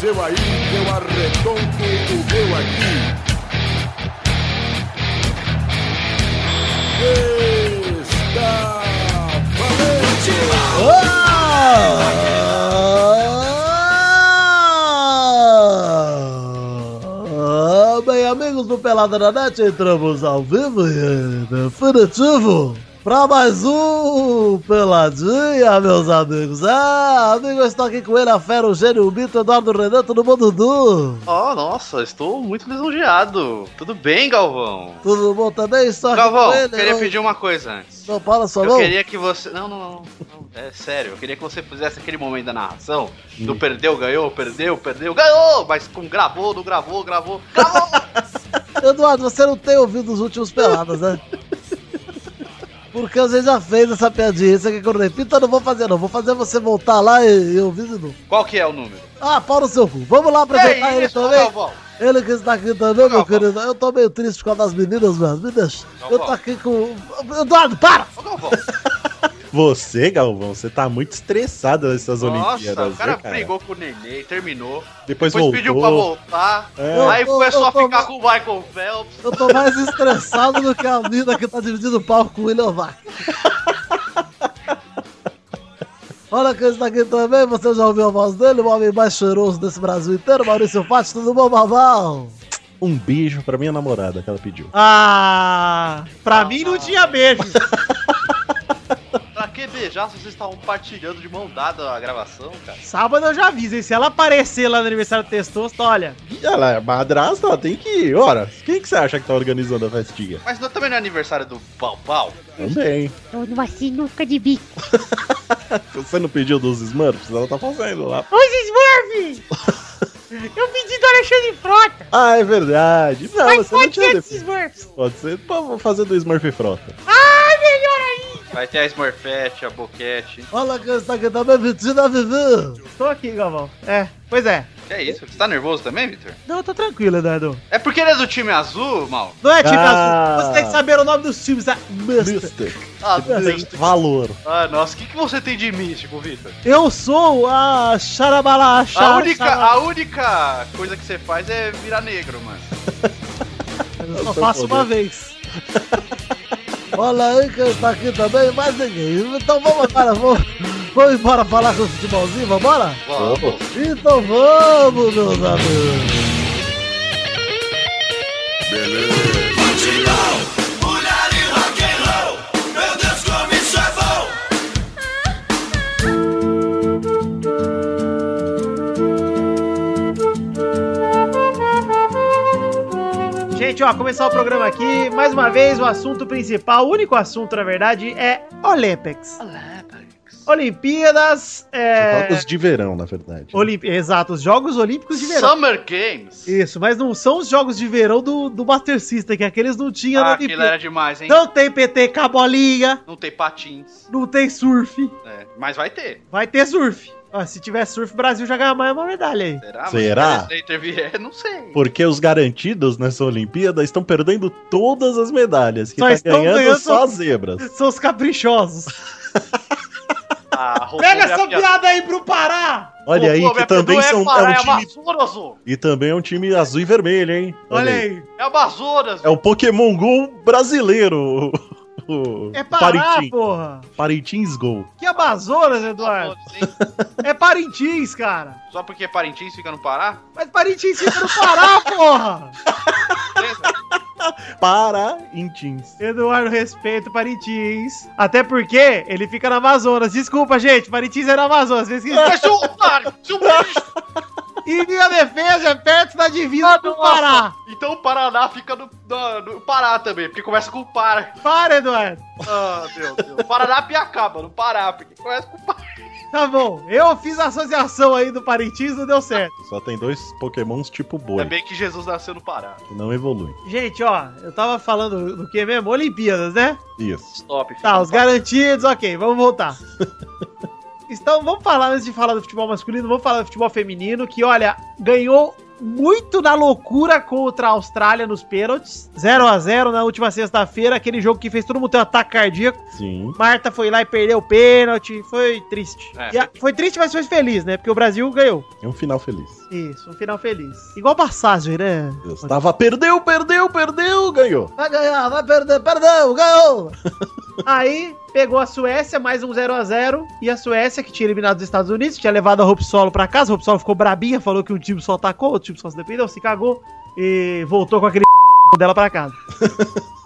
seu aí, eu arredonto o meu aqui. Está valente! Oh! Ah! Bem, amigos do Pelada na Net, entramos ao vivo e definitivo para mais um Peladinha, meus amigos. Ah, amigo, eu estou aqui com ele, a fera, o gênio, o mito, Eduardo Renan, todo mundo do. Oh, nossa, estou muito lisonjeado. Tudo bem, Galvão? Tudo bom também? Estou aqui Galvão, com ele. queria não- Tá pedir uma coisa antes. Não, fala sua Eu mão. queria que você. Não, não, não, não. É sério, eu queria que você fizesse aquele momento da narração do perdeu, ganhou, perdeu, perdeu, ganhou! Mas com gravou, não gravou, gravou, gravou! Eduardo, você não tem ouvido os últimos peladas, né? Porque você já fez essa piadinha, isso aqui que eu repito, eu não vou fazer não. Vou fazer você voltar lá e, e ouvir de novo. Qual que é o número? Ah, pau no seu cu. Vamos lá apresentar É ele isso, também. Galvão. Ele que está aqui também, meu Não, querido. Eu tô meio triste por causa das meninas, mano. Me deixa. Não, Eu não. tô aqui com... Eduardo, para! Ô, Galvão, Você, Galvão, você tá muito estressado nessas nossa, Olimpíadas. o cara viu, cara? brigou com o Nenê, terminou. Depois, Depois pediu pra voltou. voltar. É. Aí Eu tô- começou eu a tô- ficar com o Michael Phelps. Eu tô mais estressado do que a mina que tá dividindo o palco com o William Vac. Olha quem está aqui também, você já ouviu a voz dele, o homem mais cheiroso desse Brasil inteiro, Maurício Fati, tudo bom, Babal? Um beijo pra minha namorada que ela pediu. Ah, pra mim não tinha beijo. Pra que beijar se vocês estavam partilhando de mão dada a gravação, cara? Sábado eu já aviso, hein? Se ela aparecer lá no aniversário do Testosta, olha. E ela é madrasta, ela tem que ir. Ora, quem que você acha que tá organizando a festinha? Mas não, também não é aniversário do Pau Pau? Também. Tô numa sinuca de bico. Você não pediu dos Smurfs? Ela tá fazendo lá. Os Smurf! Eu pedi do Alexandre Frota. Ah, é verdade. Não, você não tinha dos definido. Smurfs. Pode ser pô, vou fazer do Smurf Frota. Ah, melhor ainda. Vai ter a Smurfette, a Boquete. Olha quem está aqui também, Vitina Vivi. Tô aqui, Galvão. É, pois é. Que é isso? Você tá nervoso também, Victor? Não, eu tô tranquilo, Eduardo. É porque ele é do time azul, mal? Não é time Ah. azul. Você tem que saber o nome dos times. Ah, Mister. Mystic. Ah, Tem valor. ah nossa, o que, que você tem de místico, Victor? Eu sou a Xarabala A Xara- única, Xara- a única coisa que você faz é virar negro, mano. Eu só faço uma vez. Olha aí quem está aqui também, mais ninguém. Então vamos agora, vamos, vamos embora falar com o futebolzinho, vambora? Vamos. Então vamos, meus amigos. Gente, ó, começar o programa aqui. Mais uma vez, o assunto principal, o único assunto, na verdade, é Olympics. Olimpíadas, é... Jogos de verão, na verdade. né? Olim- Exato, os Jogos Olímpicos de Verão. Summer Games. Isso, mas não são os Jogos de Verão do, do Master System, que aqueles não tinham Ah, na aquilo Olimpíada. era demais, hein? Não tem PTK bolinha, Não tem patins. não tem surf. É, mas vai ter. Vai ter surf. Ó, se tiver surf, o Brasil já ganha mais uma medalha aí. Será? Mas Será? se o Slater vier, não sei. Porque os garantidos nessa Olimpíada estão perdendo todas as medalhas. Que Só tá estão ganhando, ganhando- só zebras. São os caprichosos. Ah, roubou Pega minha essa piada. piada aí pro Pará! Olha aí, Roubou minha que piada. também Não são, É, Pará, é é um time, Amazonas, ô. e também é um time azul e vermelho, hein? Olha aí. É Amazonas. É o Pokémon GO brasileiro. o- o É Pará, Parintim- porra! Parintins GO. Que Amazonas, Eduardo! Amazonas, hein? É Parintins, cara! Só porque é Parintins fica no Pará? Mas Parintins fica no Pará, porra! Beleza? Parintins. Eduardo, respeito Parintins. Até porque ele fica na Amazonas. Desculpa, gente, Parintins é na Amazonas. Vocês esqueceram. Mas se o se o e minha defesa é perto da divisa do Pará. Então o Paraná fica no, na- no Pará também, porque começa com o Pará. Para, Eduardo. Ah, meu Deus. Paraná Piacaba, no Pará, porque começa com o Pará. Tá bom, eu fiz a associação aí do Parintins, não deu certo. Só tem dois Pokémons tipo boi, Também É que Jesus nasceu no Pará. que não evoluem. Gente, ó, eu tava falando do que mesmo? Olimpíadas, né? Isso. Top. Tá, os garantidos, ok, vamos voltar. Então, vamos falar, antes de falar do futebol masculino, vamos falar do futebol feminino, que, olha, ganhou muito na loucura contra a Austrália nos pênaltis. 0 a 0 na última sexta-feira, aquele jogo que fez todo mundo ter um ataque cardíaco. Sim. Marta foi lá e perdeu o pênalti. Foi triste. É, E a- foi triste, mas foi feliz, né? Porque o Brasil ganhou. É um final feliz. Isso, um final feliz. Igual passagem, né? Eu estava perdeu, perdeu, perdeu, ganhou. Vai ganhar, vai perder, perdeu, ganhou! Aí pegou a Suécia, mais um 0 a 0 E a Suécia, que tinha eliminado os Estados Unidos, tinha levado a Hope Solo pra casa. A Hope Solo ficou brabinha, falou que um time só atacou, outro time só se defendeu, se cagou e voltou com aquele dela pra casa.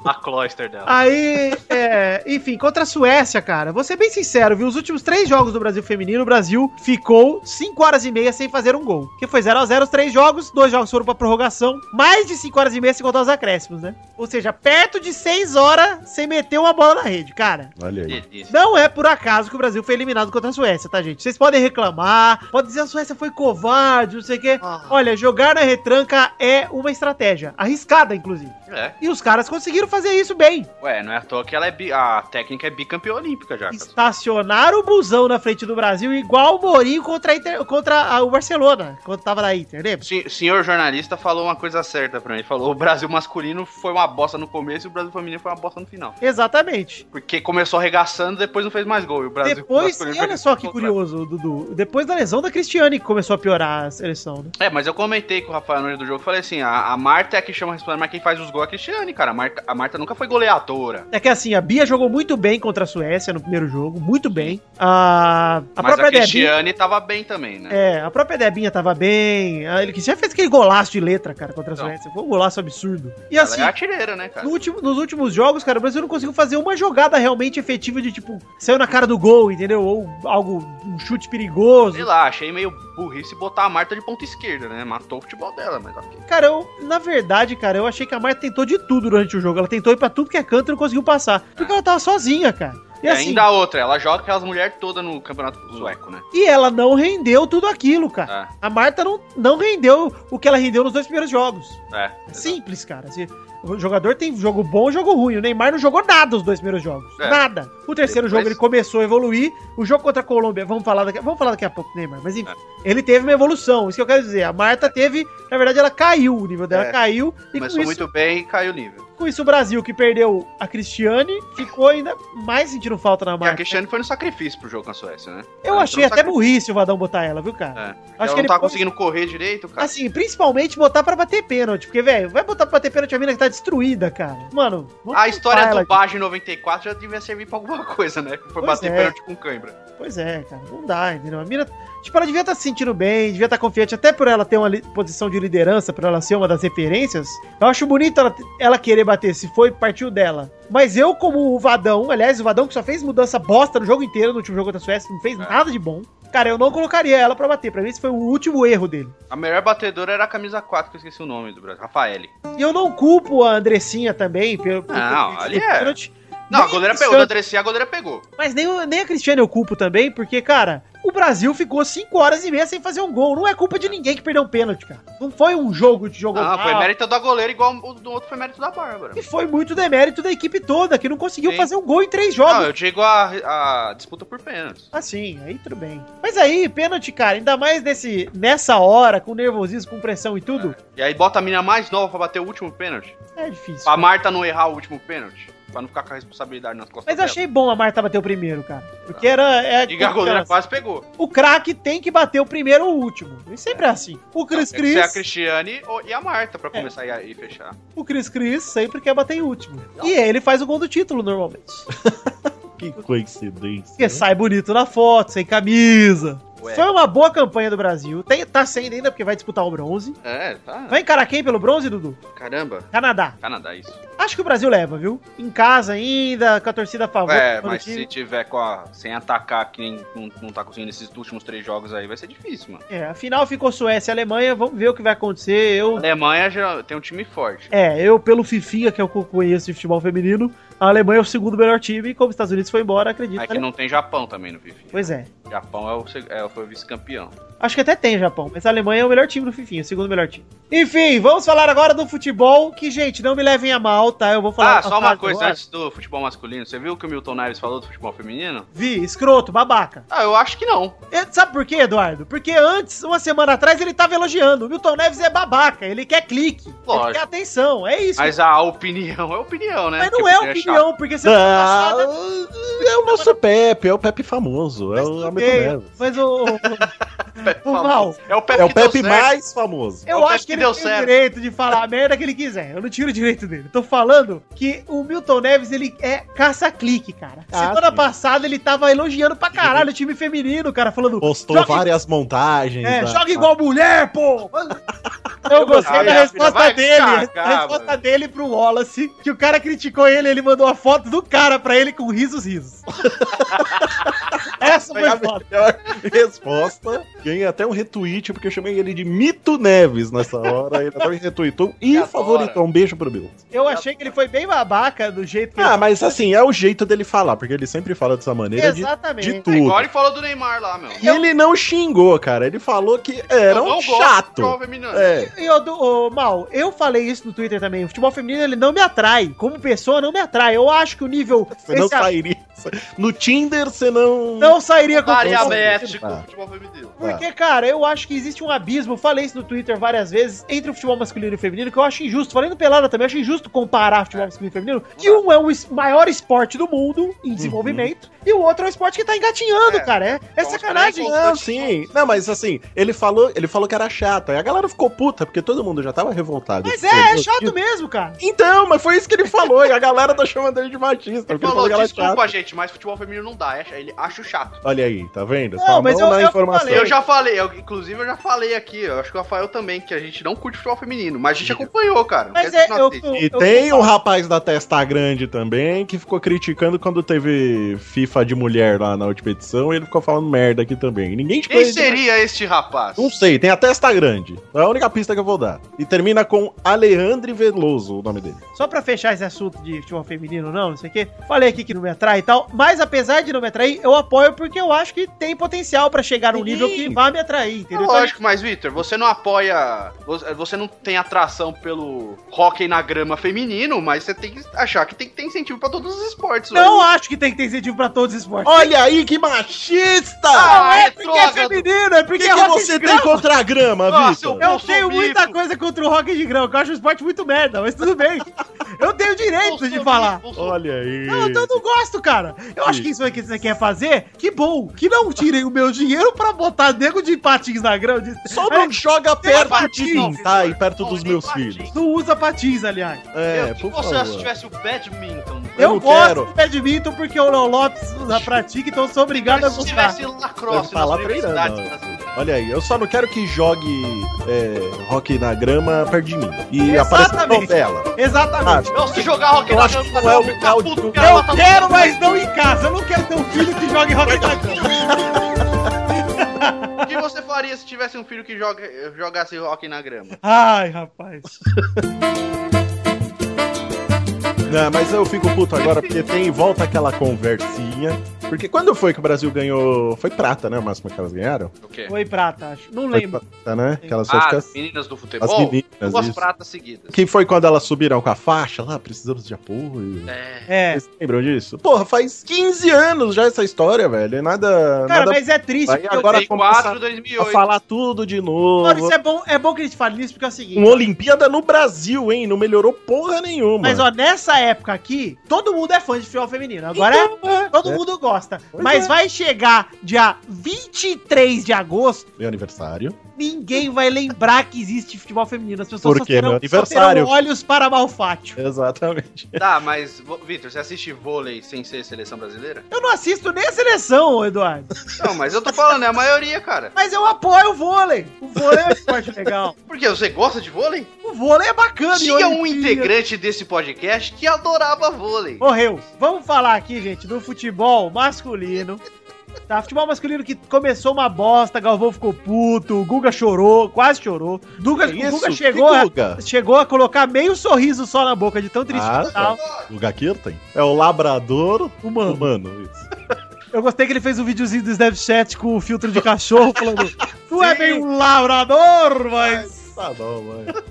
A cloister Ah. dela. Aí, é, enfim, contra a Suécia, cara, vou ser bem sincero, viu? Os últimos três jogos do Brasil feminino, o Brasil ficou 5 horas e meia sem fazer um gol. Que foi 0 a 0 os três jogos, dois jogos foram pra prorrogação, mais de 5 horas e meia se contar os acréscimos, né? Ou seja, perto de 6 horas sem meter uma bola na rede, cara. Olha aí. Delícia. Não é por acaso que o Brasil foi eliminado contra a Suécia, tá, gente? Vocês podem reclamar, podem dizer a Suécia foi covarde, não sei o quê. Olha, jogar na retranca é uma estratégia, arriscada, inclusive. É. E os caras conseguiram fazer isso bem. Ué, não é à toa que ela é bi- a técnica é bicampeã olímpica já. cara. Estacionar o busão na frente do Brasil, igual o Mourinho contra, a Inter- contra a- o Barcelona, quando tava na Inter, lembra? Se- O senhor jornalista falou uma coisa certa pra mim. Ele falou: o Brasil masculino foi uma bosta no começo e o Brasil feminino foi uma bosta no final. Exatamente. Porque começou arregaçando, depois não fez mais gol. E o Brasil Depois, masculino e olha fez só que o curioso, Dudu. Depois da lesão da Cristiane que começou a piorar a seleção, né? É, mas eu comentei com o Rafael no do jogo. Falei assim: a, a Marta é a que chama a responsabilidade, mas quem faz os gols é a Cristiane, cara. A Marta, a Marta nunca foi goleadora. É que assim, a Bia jogou muito bem contra a Suécia no primeiro jogo, muito bem. A, a mas própria a Debinha. Cristiane tava bem também, né? É, a própria Debinha tava bem. A, ele que já fez aquele golaço de letra, cara, contra a Então. Suécia. Foi um golaço absurdo. E Ela assim, é artilheira, né, cara? No último- nos últimos jogos, cara, o Brasil não conseguiu fazer uma jogada realmente efetiva de tipo, saiu na cara do gol, entendeu? Ou algo, um chute perigoso. Sei lá, achei meio burrice botar a Marta de ponta esquerda, né? Matou o futebol dela, mas ok. Cara, eu, na verdade, cara, eu achei que a Marta tentou de tudo durante o jogo. Ela tentou ir pra tudo que é canto e não conseguiu passar. Porque ela tava sozinha, cara. E, E assim, É, ainda a outra, ela joga aquelas mulheres todas no campeonato sueco, né? e ela não rendeu tudo aquilo, cara. É, A Marta não, não rendeu o que ela rendeu nos dois primeiros jogos. é. É simples, cara. Se- o jogador tem jogo bom e jogo ruim. O Neymar não jogou nada os dois primeiros jogos. É. Nada. O terceiro Depois- jogo ele começou a evoluir. O jogo contra a Colômbia, vamos falar daqui, vamos falar daqui a pouco do Neymar. Mas enfim, É. ele teve uma evolução. Isso que eu quero dizer. A Marta teve, na verdade, ela caiu. O nível dela É. caiu. E com Começou isso, muito bem e caiu o nível. com isso, o Brasil, que perdeu a Cristiane, ficou ainda mais sentindo falta na E a Marta. Cristiane foi no sacrifício pro jogo com a Suécia, né? Eu Ela achei entrou até no burrice o Vadão botar ela, viu, cara? É. Acho Ela que não ele tá pode- conseguindo correr direito, cara. Assim, principalmente botar pra bater pênalti. Porque, velho, vai botar pra bater pênalti a mina que tá destruída, cara. Mano, vamos a história culpar ela do de- Baggio em 94 já devia servir pra alguma coisa, né? Foi Pois bater é. pênalti com cãibra. Pois é, cara, não dá, entendeu? A mina, tipo, ela devia estar se sentindo bem, devia estar confiante, até por ela ter uma li- posição de liderança, por ela ser uma das referências. Eu acho bonito ela, ela querer bater, se foi, partiu dela. Mas eu, como o Vadão, aliás, o Vadão que só fez mudança bosta no jogo inteiro, no último jogo da Suécia, não fez É. nada de bom. Cara, eu não colocaria ela pra bater. Pra mim, esse foi o último erro dele. A melhor batedora era a camisa 4, que eu esqueci o nome do Brasil. Rafaele. E eu não culpo a Andressinha também pelo. pelo- Não, pelo- ali pelo é. pênalti. Não, a Nem goleira o pegou. né? Da Andressi, a goleira pegou. Mas nem, o- nem a Cristiane eu culpo também, porque, cara, o Brasil ficou 5 horas e meia sem fazer um gol. Não é culpa de ninguém que perdeu um pênalti, cara. Não foi um jogo de jogo Não, Ah, foi mérito da goleira, igual o do outro foi mérito da Bárbara. E foi muito demérito da equipe toda, que não conseguiu Sim. fazer um gol em três Não, jogos. eu digo a, a disputa por pênalti. Assim, aí tudo bem. Mas aí, pênalti, cara, ainda mais nesse, nessa hora, com nervosismo, com pressão e tudo, E aí bota a mina mais nova pra bater o último pênalti. é, difícil. Pra Marta não errar o último pênalti. Pra não ficar com a responsabilidade nas costas Mas eu achei bom a Marta bater o primeiro, cara. Porque era. É, dela. E Ah. a goleira quase pegou. o craque tem que bater o primeiro ou o último. E sempre é assim. O Cris Tem que ser a Cris. É. Cristiane ou- e a Marta pra começar e aí fechar. O Chris Chris sempre quer bater em último. E ele faz o gol do título normalmente. Que coincidência. Porque sai bonito na foto, sem camisa. Ué. Foi uma boa campanha do Brasil. Tem- tá sendo ainda porque vai disputar o bronze. É, tá. Vai encarar quem pelo bronze, Dudu? Caramba. Canadá. Canadá, isso. Acho que o Brasil leva, viu? Em casa ainda, com a torcida a favor. É, do mas time. se tiver com a- sem atacar, que nem não, não tá conseguindo esses últimos três jogos aí, vai ser difícil, mano. É, afinal ficou Suécia e Alemanha. Vamos ver o que vai acontecer. A Eu. Alemanha já tem um time forte. É, eu, pelo Fifinha, que eu conheço de futebol feminino, a Alemanha é o segundo melhor time, e como os Estados Unidos foi embora, acredito. Aí na que Alemanha. não tem Japão também no FIFA. Pois é. Japão é o, seg- é, foi o vice-campeão. Acho que até tem o Japão, mas a Alemanha é o melhor time do Fifinho, o segundo melhor time. Enfim, vamos falar agora do futebol, que, gente, não me levem a mal, tá? Eu vou falar... Ah, só uma frase coisa agora. antes do futebol masculino. Você viu o que o Milton Neves falou do futebol feminino? Vi, escroto, babaca. Ah, eu acho que não. E Sabe por quê, Eduardo? Porque antes, uma semana atrás, ele tava elogiando. O Milton Neves é babaca, ele quer clique, ele Lógico. quer atenção, é isso. Mas Mas, a opinião é opinião, né? não Porque é poderia achar- opinião, porque você Ah, é o nosso Pepe, é o Pepe famoso, é Mas o tudo Hamilton bem, Neves. Mas o. Pepe o famoso. Mal. É o Pepe, É o Pepe mais. mais famoso. Eu o acho Pepe que que ele deu tem o certo. direito de falar a merda que ele quiser. Eu não tiro o direito dele. Tô falando que o Milton Neves, ele é caça-clique, cara. Ah, Semana sim. passada ele tava elogiando pra caralho o time feminino, cara, falando. Postou Joga- várias montagens. É, da- joga igual mulher, pô! Eu gostei gostei, da minha filha, resposta vai dele. cagar, a resposta dele pro Wallace, que o cara criticou ele, ele mandou a foto do cara pra ele com risos, risos. Essa Foi a foi foda. melhor resposta. Ganhei até um retweet, porque eu chamei ele de Mito Neves nessa hora. Ele até me retweetou e Adora. favoritou. Um beijo pro Bill. Eu achei que ele foi bem babaca do jeito que Ah, ele... mas assim, é o jeito dele falar, porque ele sempre fala dessa maneira de, Exatamente. de É igual tudo. ele falou do Neymar lá, meu. E ele não xingou, cara. Ele falou que era Eu não gosto um de futebol chato. feminino. É. E eu, do, ô, Mal, eu falei isso no Twitter também. O futebol feminino, ele não me atrai. Como pessoa, não me atrai. Eu acho que o nível... Você não esse a- sairia. No Tinder, você não. não sairia com Faria Não, México, tá. futebol feminino. Porque, cara, eu acho que existe um abismo. Eu falei isso no Twitter várias vezes entre o futebol masculino e feminino, que eu acho injusto. Falei no Pelada também, eu acho injusto comparar futebol masculino e feminino, que um é o es- maior esporte do mundo Uhum. em desenvolvimento e o outro é o esporte que tá engatinhando, É. cara. É, é Vamos sacanagem. parar Não, sim. Não, mas assim, ele falou, ele falou que era chato. Aí a galera ficou puta, porque todo mundo já tava revoltado. Mas é, é chato mesmo. mesmo, cara. Então, mas foi isso que ele falou, e a galera tá chamando ele de machista. Ele Porque ele falou falou, que ela é desculpa, chata. gente, mas futebol feminino não dá. é- Ele acha chato. Olha aí, tá vendo? Não, tá mas mão eu- na eu informação. falei, Eu já falei, eu- inclusive eu já falei aqui, eu acho que o Rafael também, que a gente não curte futebol feminino, mas a gente acompanhou, cara. Mas Quer é, dizer, eu... não eu- E eu- tem um rapaz da testa grande também que ficou criticando quando teve FIFA de mulher lá na última edição e ele ficou falando merda aqui também. E ninguém te Quem conhece- seria este rapaz? É Não sei, tem a testa grande. É a única pista que eu vou dar. E termina com Alejandro Veloso, o nome dele. Só pra fechar esse assunto de futebol feminino, não, não sei o quê. Falei aqui que não me atrai e tal. Mas apesar de não me atrair, eu apoio porque eu acho que tem potencial pra chegar num Sim. nível que vai me É atrair, entendeu? tá? Então, Lógico, mas Vitor, você não apoia. você- Você não tem atração pelo hóquei na grama feminino, mas você tem que achar que tem que ter incentivo pra todos os esportes. Então, Não acho que tem que ter incentivo pra todos os esportes. Olha aí que machista! não é é porque é droga. feminino, é o que, porque que rock você de tem grão. contra a grama, Nossa, Vitor? Eu Eu sou tenho bico. muita coisa contra o rock de grão, que eu acho um esporte muito merda, mas tudo bem. Eu tenho direito é de falar. Olha aí. Não, então eu não gosto, cara. Eu acho que isso é o que você quer fazer. Que bom. Que não tirem o meu dinheiro pra botar nego de patins na grama. de- Só não joga perto de patinho, mim, tá? E perto dos Não, meus tem patinho. filhos. Não usa patins, aliás. É, se por você favor. tivesse o badminton, Eu, Eu não gosto quero. do badminton porque o Léo Lopes a pratica, então eu sou obrigado a se gostar. tivesse lacrosse Vai falar nas treinando, universidades ó. brasileiras. Olha aí, eu só não quero que jogue é, rock na grama perto de mim. E Exatamente. apareça na um novela. Ah, Exatamente. Não, se jogar hóquei Eu na acho grama, que vai não é dar o um local puto, de- o cara Eu vai matar quero, mas não em casa. Eu não quero ter um filho que jogue rock na grama. O que você faria se tivesse um filho que joga, jogasse hóquei na grama? Ai, rapaz. Não, mas eu fico puto agora porque tem volta aquela conversinha. Porque quando foi que o Brasil ganhou? Foi prata, né? O máximo que elas ganharam? O quê? Foi prata, acho. Não Foi lembro. prata, né? Que elas Ah, ficam as meninas do as futebol? meninas. duas Isso. pratas seguidas. Que foi quando elas subiram com a faixa lá, precisamos de apoio. É. É. Vocês lembram disso? Porra, faz 15 anos já essa história, velho. E Nada. Cara, nada... mas é triste. Aí porque eu- agora 2004, a 2008. falar tudo de novo. Mano, isso é bom, é bom que a gente fale nisso porque é o seguinte. Uma Olimpíada no Brasil, hein? Não melhorou porra nenhuma. Mas ó, nessa época aqui, todo mundo é fã de futebol feminino. Agora todo é. mundo gosta. Pois Mas é. vai chegar dia 23 de agosto. Meu aniversário. ninguém vai lembrar que existe futebol feminino. As pessoas Porque é meu só aniversário. terão olhos para malfátio. Exatamente. Tá, mas, vo- Vitor, você assiste vôlei sem ser seleção brasileira? Eu não assisto nem a seleção, ô Eduardo. Não, mas eu tô falando, é a maioria, cara. Mas eu apoio o vôlei. O vôlei é um esporte legal. Porque você gosta de vôlei? O vôlei é bacana. e hoje Tinha em um dia- integrante desse podcast que adorava vôlei. Morreu. Vamos falar aqui, gente, do futebol masculino. Tá, futebol masculino que começou uma bosta, Galvão ficou puto, o Guga chorou, quase chorou. Duga, Que o Guga isso? chegou, é? Que a, Guga? chegou a colocar meio sorriso só na boca de tão triste Ah, que tava. Guga Kirten? É o labrador humano. humano isso. Eu gostei que ele fez um videozinho do Snapchat com o filtro de cachorro falando: Tu não é bem um labrador, mas Tá bom, mano.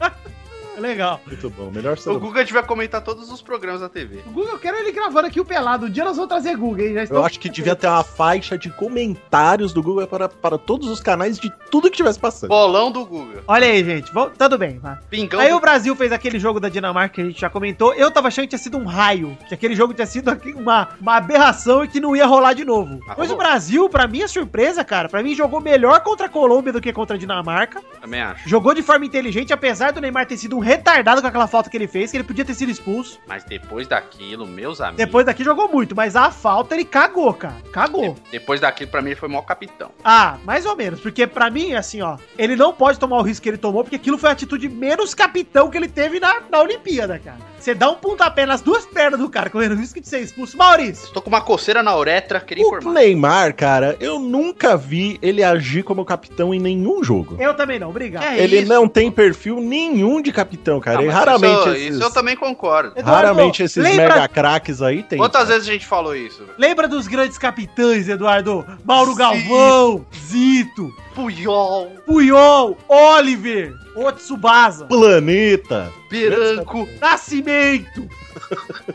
é legal. Muito bom. Melhor ser O Guga a gente vai comentar todos os programas da TV. O Guga, eu quero ele gravando aqui o pelado. Um dia nós vamos trazer Guga, hein? Já Eu estou... acho que devia ter uma faixa de comentários do Google para, para todos os canais de tudo que tivesse passando. Bolão do Guga. Olha aí, gente. Vol- Tudo bem, vai. Então Pingão Aí do... o Brasil fez aquele jogo da Dinamarca que a gente já comentou. Eu tava achando que tinha sido um raio. Que aquele jogo tinha sido aqui uma, uma aberração e que não ia rolar de novo. Ah, Mas o rolou. Brasil, pra minha surpresa, cara, pra mim jogou melhor contra a Colômbia do que contra a Dinamarca. Também acho. Jogou de forma inteligente, apesar do Neymar ter sido um retardado com aquela falta que ele fez, que ele podia ter sido expulso. Mas depois daquilo, meus amigos. Depois daqui jogou muito, mas a falta ele cagou, cara. Cagou. É. de- Depois daquilo, pra mim, ele foi o maior capitão. Ah, mais ou menos, porque pra mim, assim, ó, ele não pode tomar o risco que ele tomou, porque aquilo foi a atitude menos capitão que ele teve na, na Olimpíada, cara. Você dá um pontapé nas duas pernas do cara, correndo o risco de ser expulso. Maurício, Estou com uma coceira na uretra, queria O informar. Neymar, cara, eu nunca vi ele agir como capitão em nenhum jogo. eu também não, obrigado. É ele isso. não tem perfil nenhum de capitão, cara. Não, E mas raramente isso, é esses, isso eu também concordo. Eduardo, É, raramente esses lembra, mega craques aí tem. Quantas vezes a gente falou isso? lembra dos grandes capitães, Eduardo? Mauro Galvão, Zito, Puyol, Puyol, Oliver, Otsubasa, Planeta. Beranco, Nascimento,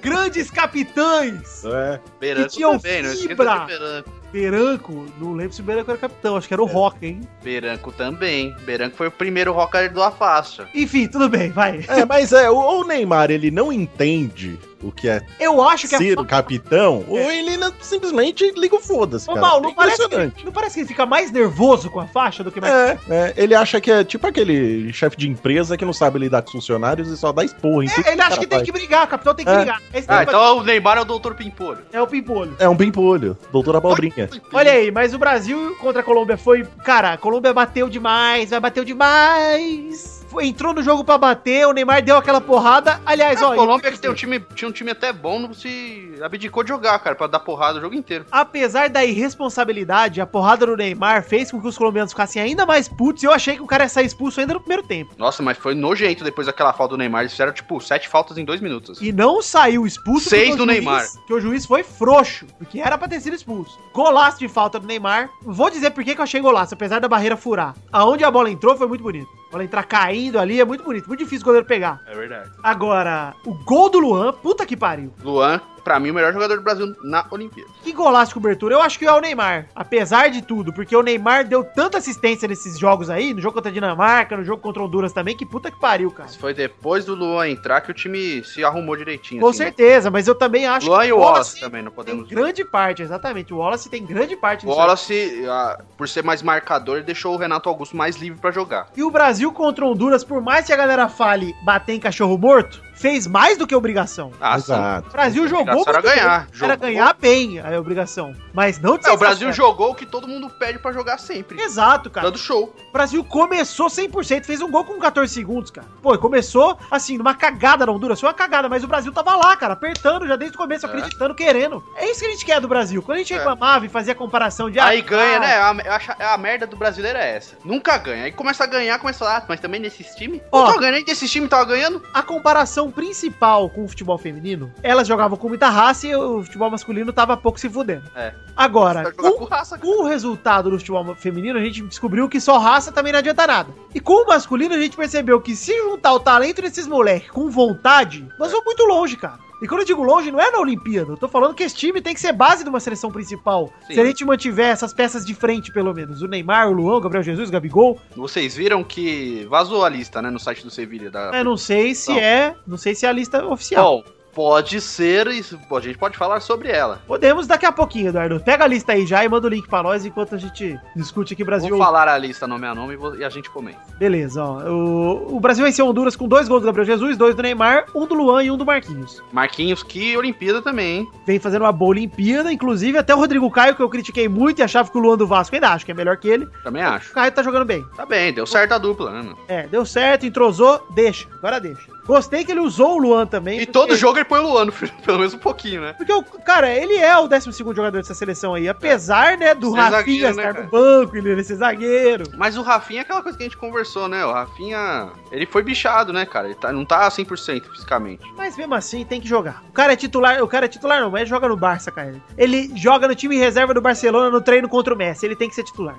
grandes capitães. É. Beranco tinha o também, não esqueça Fibra. de Beranco. Beranco, não lembro se o Beranco era capitão, acho que era o Roca, hein? Beranco também. Beranco foi o primeiro rocker do Afasta. Enfim, tudo bem, vai. É, mas é, ou o Neymar ele não entende o que é Eu acho que ser a o capitão, ou ele não- simplesmente liga o foda-se, Ô, cara. É Mal, não parece, Impressionante. que, não parece que ele fica mais nervoso com a faixa do que mais. É, é, ele acha que é tipo aquele chefe de empresa que não sabe lidar com os funcionários e só dá esporra. em tudo É, ele acha cara que tem faz. que brigar, o capitão tem que É. brigar. É, isso que Ah, ele vai- então o Neymar é o Dr. Pimpolho. é o pimpolho. É um pimpolho, doutor Abobrinha. Olha aí, mas o Brasil contra a Colômbia foi. Cara, a Colômbia bateu demais, vai bateu demais. Foi- entrou no jogo pra bater, o Neymar deu aquela porrada. Aliás, A ó, Colômbia que tem um time, tinha um time até bom, não se abdicou de jogar, cara, pra dar porrada o jogo inteiro. apesar da irresponsabilidade, a porrada do Neymar fez com que os colombianos ficassem ainda mais putos. E eu achei que o cara ia sair expulso ainda no primeiro tempo. Nossa, mas foi nojento depois daquela falta do Neymar. Eles fizeram, tipo, sete faltas em dois minutos. E não saiu expulso. Seis porque o do Neymar. Que o juiz foi frouxo, porque era pra ter sido expulso. Golaço de falta do Neymar. Vou dizer por que que eu achei golaço, apesar da barreira furar. Aonde a bola entrou foi muito bonito. A bola entrar caindo ali é muito bonito, muito difícil o goleiro pegar. É verdade. Agora, o gol do Luan, puta que pariu. Luan, pra mim, o melhor jogador do Brasil na Olimpíada. Que golaço de cobertura. Eu acho que é o Neymar, apesar de tudo, porque o Neymar deu tanta assistência nesses jogos aí, no jogo contra a Dinamarca, no jogo contra Honduras também, que puta que pariu, cara. Mas Foi depois do Luan entrar que o time se arrumou direitinho. Com assim, né? certeza, mas eu também acho Luan e o Wallace Wallace também, não Tem podemos. grande parte, exatamente. O Wallace tem grande parte O nisso aí. Wallace, ah, por ser mais marcador, ele deixou o Renato Augusto mais livre pra jogar. E o Brasil contra Honduras, por mais que a galera fale bater em cachorro morto, fez mais do que obrigação. Ah, sim. Exato. O Brasil jogou obrigação era muito ganhar. bem. Era Jogou. ganhar bem é a obrigação. Mas não É, tinha o Brasil essa- jogou o que todo mundo pede pra jogar sempre. Exato, cara. Dando show. O Brasil começou 100%, fez um gol com 14 segundos, cara. Pô, e começou, assim, numa cagada na Honduras. Foi uma cagada, mas o Brasil tava lá, cara, apertando já desde o começo, É. acreditando, querendo. É isso que a gente quer do Brasil. Quando a gente É. reclamava e fazia comparação de... Aí ah, ganha, né? A- Eu acho, a merda do brasileiro é essa. Nunca ganha. Aí começa a ganhar, começa a. Ah, mas também nesses times? Ó. Não tava ganhando, nem desses times tava ganhando. a comparação principal com o futebol feminino, elas jogavam com muita raça e o futebol masculino tava pouco se fudendo. É. Agora, Pra jogar com, com raça, cara. com o resultado do futebol feminino, a gente descobriu que só raça também não adianta nada. E com o masculino, a gente percebeu que se juntar o talento desses moleques com vontade, nós vamos muito longe, cara. E quando eu digo longe, não é na Olimpíada. Eu tô falando que esse time tem que ser base de uma seleção principal. Sim. Se a gente mantiver essas peças de frente, pelo menos. O Neymar, o Luan, o Gabriel Jesus, o Gabigol. Vocês viram que vazou a lista, né? No site do Sevilha. Da... Eu não sei se Não. é. Não sei se é a lista oficial. Bom, pode ser. Isso, a gente pode falar sobre ela. Podemos daqui a pouquinho, Eduardo. Pega a lista aí já e manda o link pra nós enquanto a gente discute aqui Brasil. Vou falar a lista nome a nome e vou- e a gente comenta. Beleza, ó. O, o Brasil venceu Honduras com dois gols do Gabriel Jesus, dois do Neymar, um do Luan e um do Marquinhos. Marquinhos, que Olimpíada também, hein? Vem fazendo uma boa Olimpíada, inclusive até o Rodrigo Caio, que eu critiquei muito e achava que o Luan do Vasco ainda acho que é melhor que ele. Também O acho. Caio tá jogando bem. Tá bem, deu certo a dupla, né, mano? É, deu certo, entrosou, deixa, agora deixa. Gostei que ele usou o Luan E também. porque- todo jogo ele põe o Luan, no fim, pelo menos um pouquinho, né? Porque, o cara, ele é o 12 jogador dessa seleção aí. Apesar, né, do Ser Rafinha zagueiro, né, estar cara? no banco, ele ele ser zagueiro. Mas o Rafinha é aquela coisa que a gente conversou, né? O Rafinha, ele foi bichado, né, cara? Ele tá, não tá 100% fisicamente. Mas mesmo assim, tem que jogar. O cara é titular, o cara é titular não, mas joga no Barça, cara. Ele joga no time reserva do Barcelona no treino contra o Messi, ele tem que ser titular.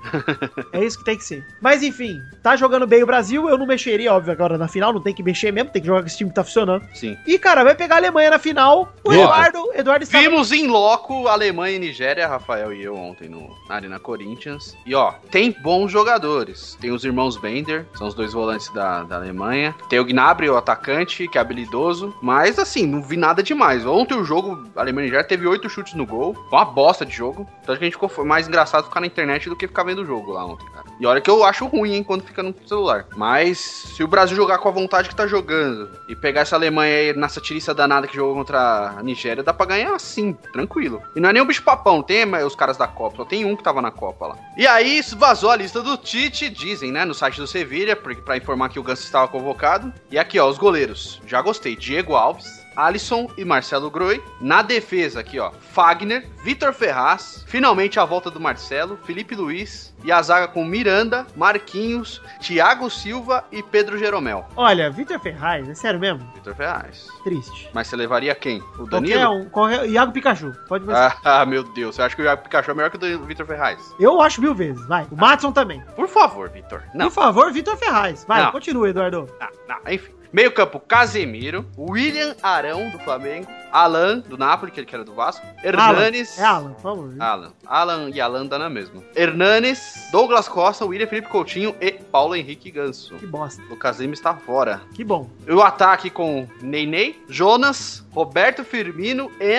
é isso que tem que ser. Mas enfim, tá jogando bem o Brasil, eu não mexeria, óbvio, agora na final, não tem que mexer mesmo, tem que jogar com esse time que tá funcionando. Sim. E, cara, vai pegar a Alemanha na final, o Eita. Eduardo, Eduardo está... Vimos em loco Alemanha e Nigéria, Rafael e eu ontem no, na Arena Corinthians. E ó, tem bons jogadores. Tem os irmãos Bender, são os dois volantes da, da Alemanha. Tem o Gnabry, o atacante, que é habilidoso. Mas assim, não vi nada demais. Ontem o jogo, a Alemanha e Nigéria, teve oito chutes no gol. Foi uma bosta de jogo. Então acho que a gente ficou foi mais engraçado ficar na internet do que ficar vendo o jogo lá ontem, cara. E olha que eu acho ruim, hein, quando fica no celular. Mas se o Brasil jogar com a vontade que tá jogando e pegar essa Alemanha aí nessa tiriça danada que jogou contra a Nigéria, dá pra ganhar sim, tranquilo. E não é nem o bicho papão, tem mas os caras da Copa, só tem um que tava na Copa lá. E aí isso vazou a lista do Tite, dizem, né, no site do Sevilha, pra pra informar que o Ganso estava convocado. E aqui, ó, os goleiros. Já gostei, Diego Alves. Alisson e Marcelo Groi. Na defesa aqui, ó, Fagner, Vitor Ferraz, finalmente a volta do Marcelo, Felipe Luiz e a zaga com Miranda, Marquinhos, Thiago Silva e Pedro Jeromel. Olha, Vitor Ferraz, é sério mesmo? Vitor Ferraz. Triste. Mas você levaria quem? O Qualquer Danilo? um, qualquer... Iago Pikachu, pode pensar. Ah, meu Deus, eu acho que o Iago Pikachu é melhor que o Dan- Vitor Ferraz. Eu acho mil vezes, vai. O Matson também. Por favor, Vitor. Não. Por favor, Vitor Ferraz. Vai, Não. continua, Eduardo. Ah, não, enfim. Meio campo, Casemiro, William Arão, do Flamengo, Alan, do Napoli, que ele que era do Vasco, Hernanes... É Alan, por favor. Alan. Alan e Alan dá na mesma. Hernanes, Douglas Costa, William Felipe Coutinho e Paulo Henrique Ganso. Que bosta. Lucas Lima está fora. Que bom. E o ataque com Neinei, Jonas, Roberto Firmino e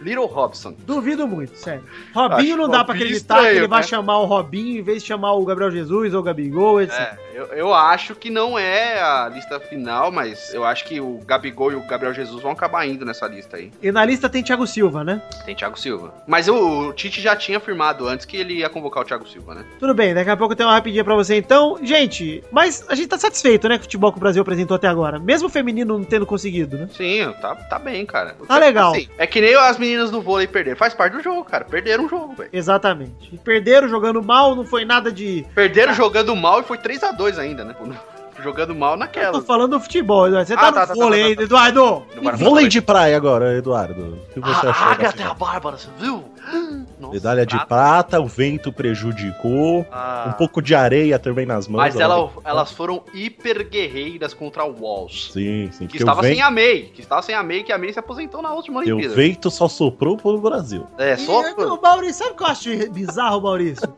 Little Robson. Duvido muito, sério. Robinho Acho não dá pra Robinho acreditar que estranho, ele vai né? chamar o Robinho em vez de chamar o Gabriel Jesus ou o Gabigol, etc. É, eu, eu acho que não é a lista final, mas eu acho que o Gabigol e o Gabriel Jesus vão acabar indo nessa lista aí. E na lista tem Thiago Silva, né? Tem Thiago Silva. Mas o, o Tite já tinha afirmado antes que ele ia convocar o Thiago Silva, né? Tudo bem, daqui a pouco tem uma rapidinha pra você então. Gente, mas a gente tá satisfeito, né, com o futebol que o Brasil apresentou até agora. Mesmo o feminino não tendo conseguido, né? Sim, tá, tá bem, cara. Tá legal. é que nem as meninas do vôlei perderam. Faz parte do jogo, cara. Perderam um jogo, velho. Exatamente. E Perderam jogando mal, não foi nada de. "Ah, Perderam jogando mal e foi 3 a 2 ainda, né? Jogando mal Eu naquela. tô falando do futebol, Eduardo. Você Ah, tá, tá, no tá, vôlei tá, tá, ainda, tá. Eduardo! No Guaraná Vôlei Play. de praia agora, Eduardo. O que Ah, você A achou? da Agatha e a final? Bárbara, você viu? Nossa, Medalha de prata. prata, o vento prejudicou. Ah, Um pouco de areia também nas mãos. Mas ela- ela- elas foram hiper guerreiras contra o Walsh. Sim, sim. Que Porque estava o, vento, sem a May. Que estava sem a May, que a May se aposentou na última porque o Olimpíada. vento só soprou pro Brasil. É, só. E, o Maurício, sabe o que eu acho bizarro, Maurício?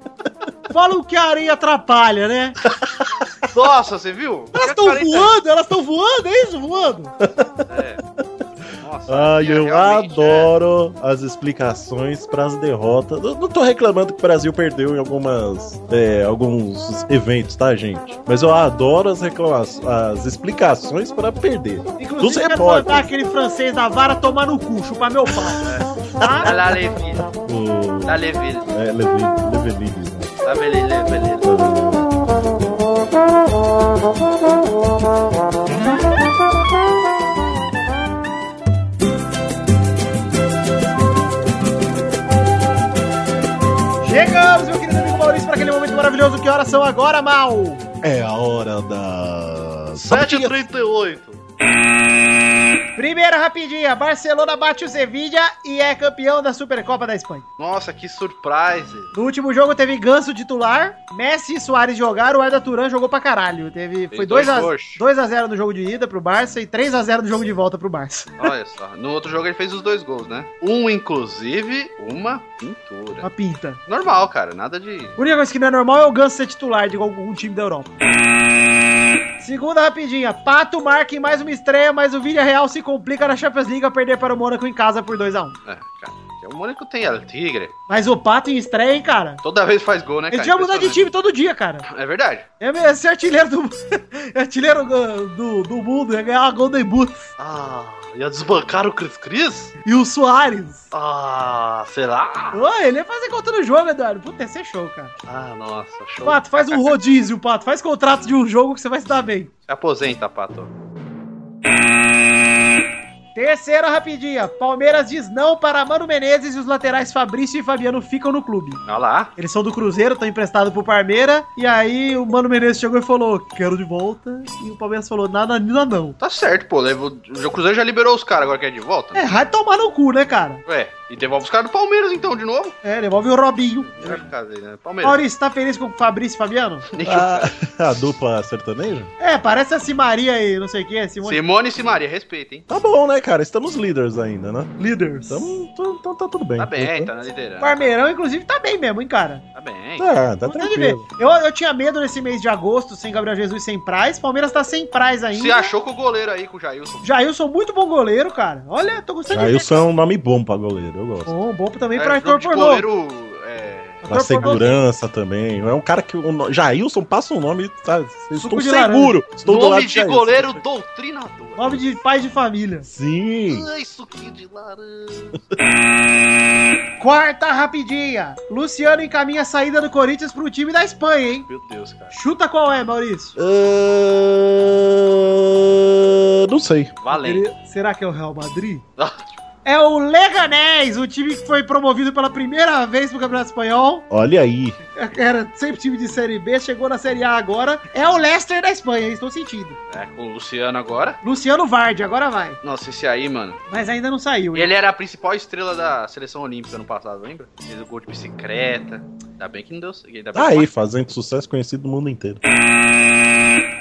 Falam que a areia atrapalha, né? Nossa, você viu? Elas estão voando, elas estão voando, é isso? Voando? é. Nossa, Ai, eu realmente, né? adoro as explicações pras derrotas. Eu não tô reclamando que o Brasil perdeu em algumas, é, alguns eventos, tá, gente? Mas eu adoro as, reclama- as explicações pra perder. Dos Inclusive, quero repórteres. mandar aquele francês da vara tomar no cu, chupar meu pau. é. Dá Tá? lá, Levi. O- Dá, Levi. tá, É, Leve- Levelines, né? Dá, Levi, Levi, Levi. Chegamos, meu querido amigo Maurício, para aquele momento maravilhoso. Que horas são agora, Mal? É a hora da. 7h38. Primeira rapidinha, Barcelona bate o Sevilla e é campeão da Supercopa da Espanha. Nossa, que surprise. No último jogo teve Ganso titular, Messi e Soares jogaram, o Arda Turan jogou pra caralho. Teve, foi Fez dois 2x0 gols. no jogo de ida pro Barça e 3x0 no jogo de volta pro Barça. Olha só. No outro jogo ele fez os dois gols, né? Um, inclusive, uma pintura. Uma pinta. Normal, cara. Nada de. A única coisa que não é normal é o Ganso ser titular de algum time da Europa. Segunda rapidinha, Pato marca em mais uma estreia, mas o Villarreal se complica na Champions League a perder para o Mônaco em casa por 2x1. É, cara. O Mônaco tem El Tigre. Mas o Pato em estreia, hein, cara? Toda vez faz gol, né, Ele cara? devia mudar de Impressionante. time todo dia, cara. É verdade. É mesmo, Esse artilheiro do, é artilheiro do, do, do mundo ia ganhar a Golden Boot. Ah, ia desbancar o Cris Cris? E o Soares. Ah, será? Ô, ele ia fazer conta no jogo, Eduardo. Puta, esse é show, cara. Ah, nossa, show. Pato, faz um rodízio, Pato. Faz contrato de um jogo que você vai se dar bem. Se aposenta, Pato. Terceira rapidinha. Palmeiras diz não para Mano Menezes e os laterais Fabrício e Fabiano ficam no clube. Olha lá. Eles são do Cruzeiro, estão emprestados pro Palmeira. E aí o Mano Menezes chegou e falou: quero de volta. E o Palmeiras falou: nada, nada, não. Tá certo, pô. Leva... O Cruzeiro já liberou os caras, agora quer de volta? É, vai tomar no cu, né, cara? Ué, e devolve os caras do Palmeiras então, de novo? É, devolve o Robinho. Vai ficar aí, né? Palmeiras. Maurício, tá feliz com o Fabrício e Fabiano? A, Ah, a dupla sertaneja? É, parece a Simaria aí, não sei o que, Simone. Simone e Simaria, respeita, hein? Tá bom, né, cara? Estamos líderes ainda, né? Leaders. Tamo- Então tá, tá tudo bem. Tá bem, tá na liderança. Parmeirão, inclusive, tá bem mesmo, hein, cara? Tá bem. Tá, tá Gostei de ver. tranquilo. Eu, eu tinha medo nesse mês de agosto, sem Gabriel Jesus, sem praz. Palmeiras tá sem praz ainda. Se achou com o goleiro aí, com o Jailson. Jailson, muito bom goleiro, cara. Olha, tô gostando Aí o ver. Sam é um nome bom pra goleiro, eu gosto. Bom, bom também É, pra jogo Arthur de Pornô. goleiro, é, Arthur Pra Pornô. segurança também. É um cara que. O no- Jailson passa um nome. Tá, estou de seguro. Estou do lado Nome de de Jailson. goleiro doutrinador. Nome de pai de família. Sim. Ai, suquinho de laranja. Quarta rapidinha. Luciano encaminha a saída do Corinthians pro time da Espanha, hein? Meu Deus, cara. Chuta qual é, Maurício? Ah, não sei. Valente. Ele- será que é o Real Madrid? Ah. É o Leganés, o time que foi promovido pela primeira vez pro Campeonato Espanhol. Olha aí. Era sempre time de Série B, chegou na Série A agora. É o Leicester da Espanha, hein? estou sentindo. É, com o Luciano agora. Luciano Vardi, agora vai. Nossa, esse aí, mano. Mas ainda não saiu. hein? Ele era a principal estrela da seleção olímpica no passado, lembra? Fez o gol de bicicleta. Ainda bem que não deu. Ainda bem Tá aí, que- fazendo sucesso conhecido no mundo inteiro.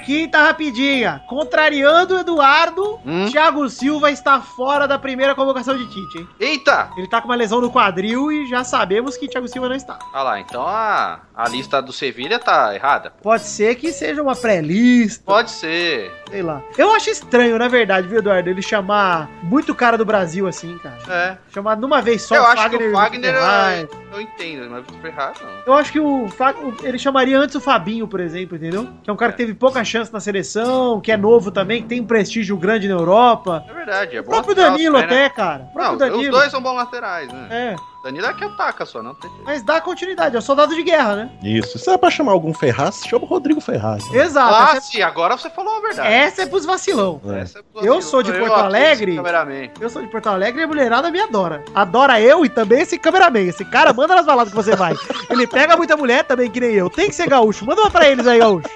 Quinta rapidinha. Contrariando o Eduardo, Hum? Thiago Silva está fora da primeira convocação de Tite, hein? Eita! Ele tá com uma lesão no quadril e já sabemos que Thiago Silva não está. Ah lá, então a, a lista do Sevilha tá errada. Pode ser que seja uma pré-lista, Pode ser. sei lá. Eu acho estranho, na verdade, viu, Eduardo, ele chamar muito cara do Brasil assim, cara. É. Chamar de uma vez só eu acho que o é- Wagner. Ferraz. Eu, eu entendo, mas o Ferraz não. Eu acho que o Fa- o- ele chamaria antes o Fabinho, por exemplo, entendeu? Que é um cara que teve pouca chance na seleção, que é novo também, que tem um prestígio grande na Europa. É verdade, é O bom. próprio lateral Danilo também, né? até, cara. O Não, próprio Danilo. os dois são bons laterais, né? É, Danilo é que ataca só, não tem jeito. mas dá continuidade, é o soldado de guerra, né? Isso. Se é pra chamar algum Ferraz, chama o Rodrigo Ferraz. Exato. Ah, essa, sim, agora você falou a verdade. é, essa é pros vacilão. É. Essa é Eu sou de Porto aqui, Alegre. esse cameraman. Eu sou de Porto Alegre e a mulherada me adora. Adora eu e também esse cameraman. Esse cara manda nas baladas que você vai. Ele pega muita mulher também, que nem eu. Tem que ser gaúcho. Manda uma pra eles aí, gaúcho.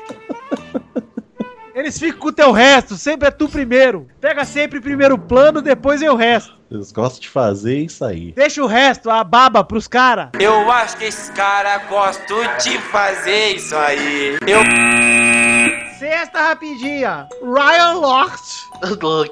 Eles ficam com o teu resto, sempre é tu primeiro. Pega sempre primeiro plano, depois é o resto. Eles gostam de fazer isso aí. Deixa o resto, a baba pros caras. Eu acho que esse cara gosta de fazer isso aí. Eu Sexta rapidinha. Ryan Lochte.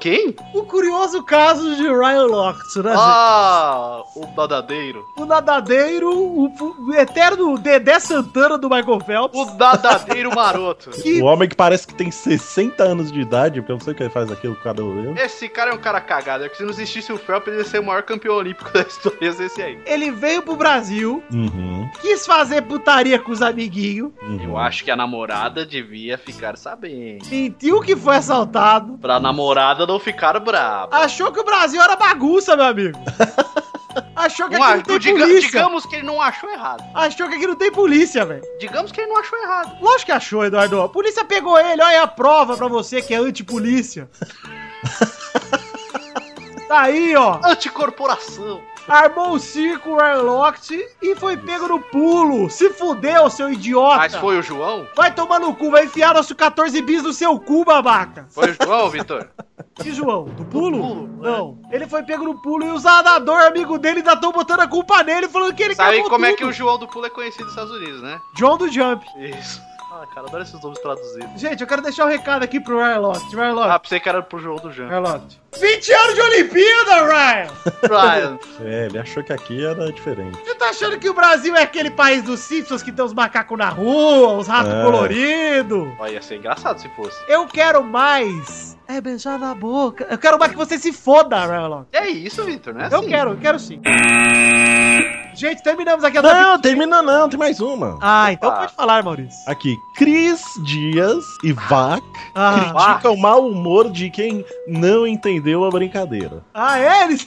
Quem? O curioso caso de Ryan Lochte, né, gente? Ah, o nadadeiro. O nadadeiro, o, o eterno Dedé Santana do Michael Phelps. O nadadeiro maroto. Que- O homem que parece que tem 60 anos de idade, porque eu não sei o que ele faz aquilo com o cabelo dele. Esse cara é um cara cagado. É que se não existisse o Phelps, ele ia ser o maior campeão olímpico da história. Ia ser esse aí. Ele veio pro Brasil, Uhum, quis fazer putaria com os amiguinhos, uhum. Eu acho que a namorada devia ficar sabendo. mentiu que foi assaltado, Pra namorada não ficar brava. achou que o Brasil era bagunça, meu amigo. Achou que Não aqui acho- não tem Um diga- polícia. digamos que ele não achou errado. Achou que aqui não tem polícia, velho. Digamos que ele não achou errado. Lógico que achou, Eduardo. A polícia pegou ele, olha aí a prova pra você que é antipolícia. tá aí, ó. Anticorporação. Armou o circo, o Arloct, e foi pego no pulo. Se fudeu, seu idiota. Mas foi o João? Vai tomar no cu, vai enfiar nosso 14 bis no seu cu, babaca. Foi o João, Vitor? Que João? Do pulo? pulo, Não. Ele foi pego no pulo e o nadador, amigo dele, ainda estão botando a culpa nele, falando que ele Sabe cagou como é que tudo. o João do Pulo é conhecido nos Estados Unidos, né? John do Jump. Isso. Ah, cara, adoro esses nomes traduzidos. Gente, eu quero deixar um recado aqui pro Arloct. Ah, Arloct. pensei que era pro João do Jean. Arloct. 20 anos de Olimpíada, Ryan! Brian. É, ele achou que aqui era diferente. Você tá achando que o Brasil é aquele país dos Simpsons que tem os macacos na rua, os ratos É. coloridos? Ó, ia ser engraçado se fosse. Eu quero mais. É beijar na boca. Eu quero mais que você se foda, Ryan Locke. É isso, Victor, né? Eu quero, eu quero sim. Gente, terminamos aqui a Não, termina não, tem mais uma. Ah, então Opa. pode falar, Maurício. Aqui, Cris Dias e Vac Ah, Vac. criticam o mau humor de quem não entendeu a brincadeira. ah, é? Eles...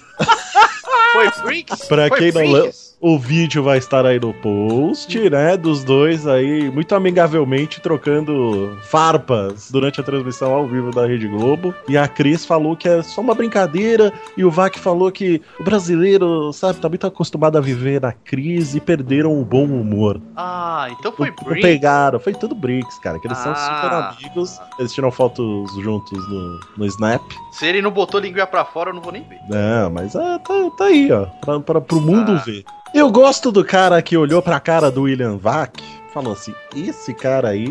Foi Freaks? Pra Foi quem não leu- Freaks? O vídeo vai estar aí no post, né? Dos dois aí, muito amigavelmente, trocando farpas durante a transmissão ao vivo da Rede Globo. E a Cris falou que é só uma brincadeira, e o Vac falou que o brasileiro, sabe, tá muito acostumado a viver na crise e perderam o bom humor. Ah, então O, foi o Brinks. pegaram, foi tudo Brinks, cara, que eles são super Ah. amigos, eles tiram fotos juntos no, no Snap. Se ele não botou linguinha pra fora, eu não vou nem ver. Não, mas ah, tá, tá aí, ó. Pra, pra, pro mundo Ah. ver. Eu gosto do cara que olhou pra cara do William Vac. Falou assim: esse cara aí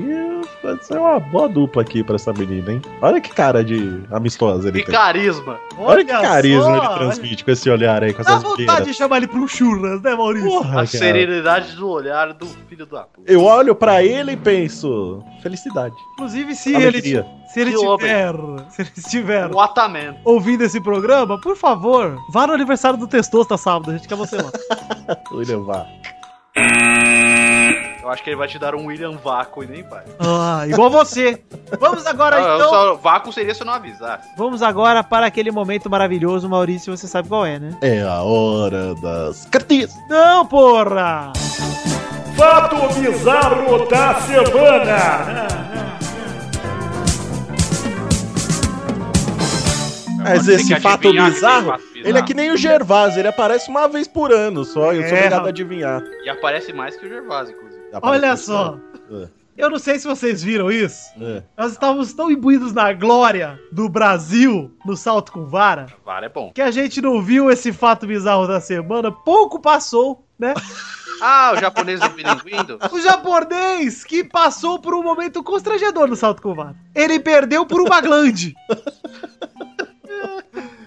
pode ser uma boa dupla aqui pra essa menina, hein? Olha que cara de amistosa ele E tem. carisma. Olha que carisma só, ele transmite com esse olhar aí, com Dá essas vontade beiras. de chamar ele pra um churras, né, Maurício? Porra, a Ah, cara. serenidade do olhar do filho da puta. Eu olho pra ele e penso: felicidade. Inclusive, se ele, alegria. se ele Que tiver, se ele estiver O Ataman. ouvindo esse programa, por favor, vá no aniversário do Testosta sábado, a gente quer você lá. William Vac. Eu acho que ele vai te dar um William Vácuo e nem vai. ah, igual você. Vamos agora, Ah, eu então. só- Vácuo seria se eu não avisasse. Vamos agora para aquele momento maravilhoso, Maurício, você sabe qual é, né? É a hora das cartinhas. Não, porra! Fato bizarro da semana. Mas Tem esse que fato adivinhar que tem bizarro, fato bizarro. Ele é que nem o Gervásio, ele aparece uma vez por ano só, eu sou É, obrigado rapaz. a adivinhar. E aparece mais que o Gervásio, inclusive. Olha só. É. Eu não sei se vocês viram isso. É. Nós estávamos tão imbuídos na glória do Brasil no salto com vara Vara é bom. que a gente não viu esse fato bizarro da semana. Pouco passou, né? Ah, o japonês do Pinguindo? O japonês que passou por um momento constrangedor no salto com vara. Ele perdeu por uma glande.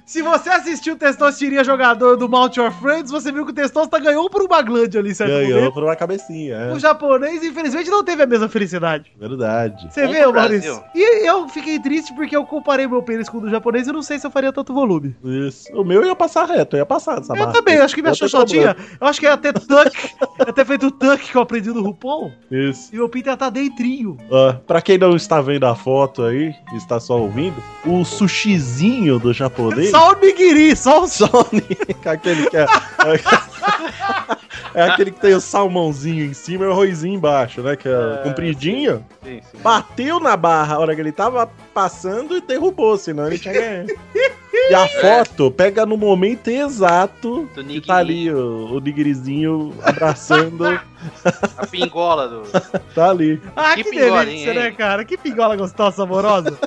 Se você assistiu o Testostirinha jogador do Mount Your Friends, você viu que o Testosta ganhou por uma glande ali, certo? Ganhou momento. por uma cabecinha, é. O japonês, infelizmente, não teve a mesma felicidade. Verdade. Você Bom viu, pro Maurício? Brasil. E eu fiquei triste porque eu comparei meu pênis com o do japonês e eu não sei se eu faria tanto volume. Isso. O meu ia passar reto, ia passar dessa eu barra. também, acho que minha Não tem xoxotinha. Eu acho que ia ter tuck. ia ter feito o tuck que eu aprendi do RuPaul. Isso. E meu pinto ia estar dentrinho. Ó, pra quem não está vendo a foto aí, está só ouvindo, o sushizinho do japonês. Só o nigiri, só o... Sonic, aquele que é. É aquele que tem o salmãozinho em cima e o arrozinho embaixo, né? Que é, É, compridinho. Sim, sim. bateu na barra a hora que ele tava passando e derrubou, senão ele tinha ganhado. E a foto pega no momento exato Do que Nick, tá ali o, o nigirizinho abraçando, a pingola do. tá ali. Ah, que, Que pingola, delícia, hein, né, hein? cara? Que pingola gostosa, saborosa.